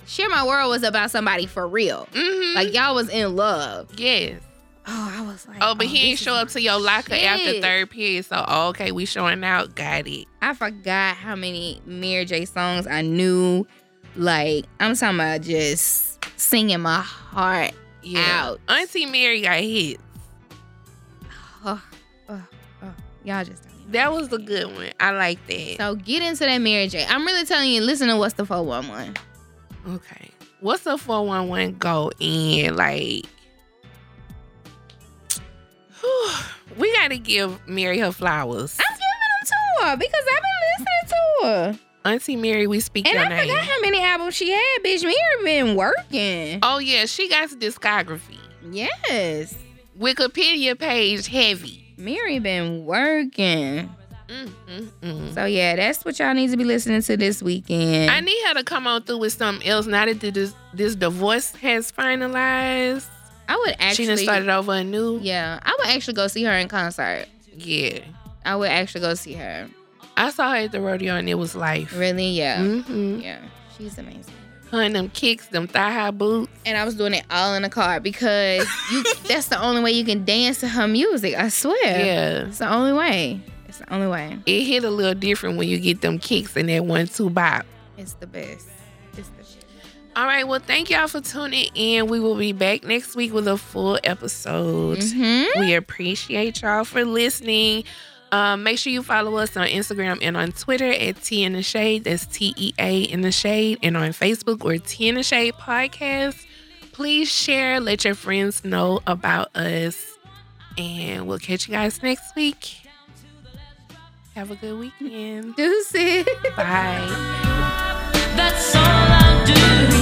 Speaker 3: Share My World was about somebody for real.
Speaker 2: Mhm.
Speaker 3: Like y'all was in love.
Speaker 2: yes.
Speaker 3: Oh, I was like
Speaker 2: Oh, but he
Speaker 3: this
Speaker 2: ain't
Speaker 3: is
Speaker 2: show up
Speaker 3: my
Speaker 2: to your locker after
Speaker 3: shit.
Speaker 2: third period. So oh, okay, we showing out. Got it.
Speaker 3: I forgot how many Mary J songs I knew. Like, I'm talking about just singing my heart.
Speaker 2: Yeah.
Speaker 3: Ouch.
Speaker 2: Auntie Mary got hit.
Speaker 3: Oh, oh, oh. Y'all just don't even
Speaker 2: That was a
Speaker 3: understand.
Speaker 2: good one. I like that.
Speaker 3: So get into that Mary J. I'm really telling you, listen to what's the 411.
Speaker 2: okay. What's a four one one go in? Like whew, we gotta give Mary her flowers.
Speaker 3: I'm giving them to her because I've been listening to her.
Speaker 2: Auntie Mary, we speak
Speaker 3: And
Speaker 2: your
Speaker 3: I
Speaker 2: name.
Speaker 3: forgot how many albums she had, bitch. Mary been working.
Speaker 2: Oh yeah, she got discography.
Speaker 3: Yes.
Speaker 2: Wikipedia page heavy.
Speaker 3: Mary been working.
Speaker 2: Mm, mm, mm.
Speaker 3: So yeah, that's what y'all need to be listening to this weekend.
Speaker 2: I need her to come on through with something else now that this this divorce has finalized.
Speaker 3: I would
Speaker 2: she
Speaker 3: actually
Speaker 2: done started over anew.
Speaker 3: Yeah, I would actually go see her in concert.
Speaker 2: Yeah.
Speaker 3: I would actually go see her.
Speaker 2: I saw her at the rodeo and it was life.
Speaker 3: Really? Yeah.
Speaker 2: Mm-hmm.
Speaker 3: Yeah. She's amazing.
Speaker 2: Her and them kicks, them thigh high boots.
Speaker 3: And I was doing it all in the car because you that's the only way you can dance to her music. I swear.
Speaker 2: Yeah.
Speaker 3: It's the only way. It's the only way.
Speaker 2: It hit a little different when you get them kicks and that one two bop.
Speaker 3: It's the best. It's the best.
Speaker 2: All right, well, thank y'all for tuning in. We will be back next week with a full episode.
Speaker 3: Mhm.
Speaker 2: We appreciate y'all for listening. Um, make sure you follow us on Instagram and on Twitter at T in the Shade. That's T E A in the Shade. And on Facebook, we're T in the Shade Podcast. Please share, let your friends know about us. And we'll catch you guys next week. Have a good weekend.
Speaker 3: Deuces.
Speaker 2: Bye.
Speaker 6: That's all I do.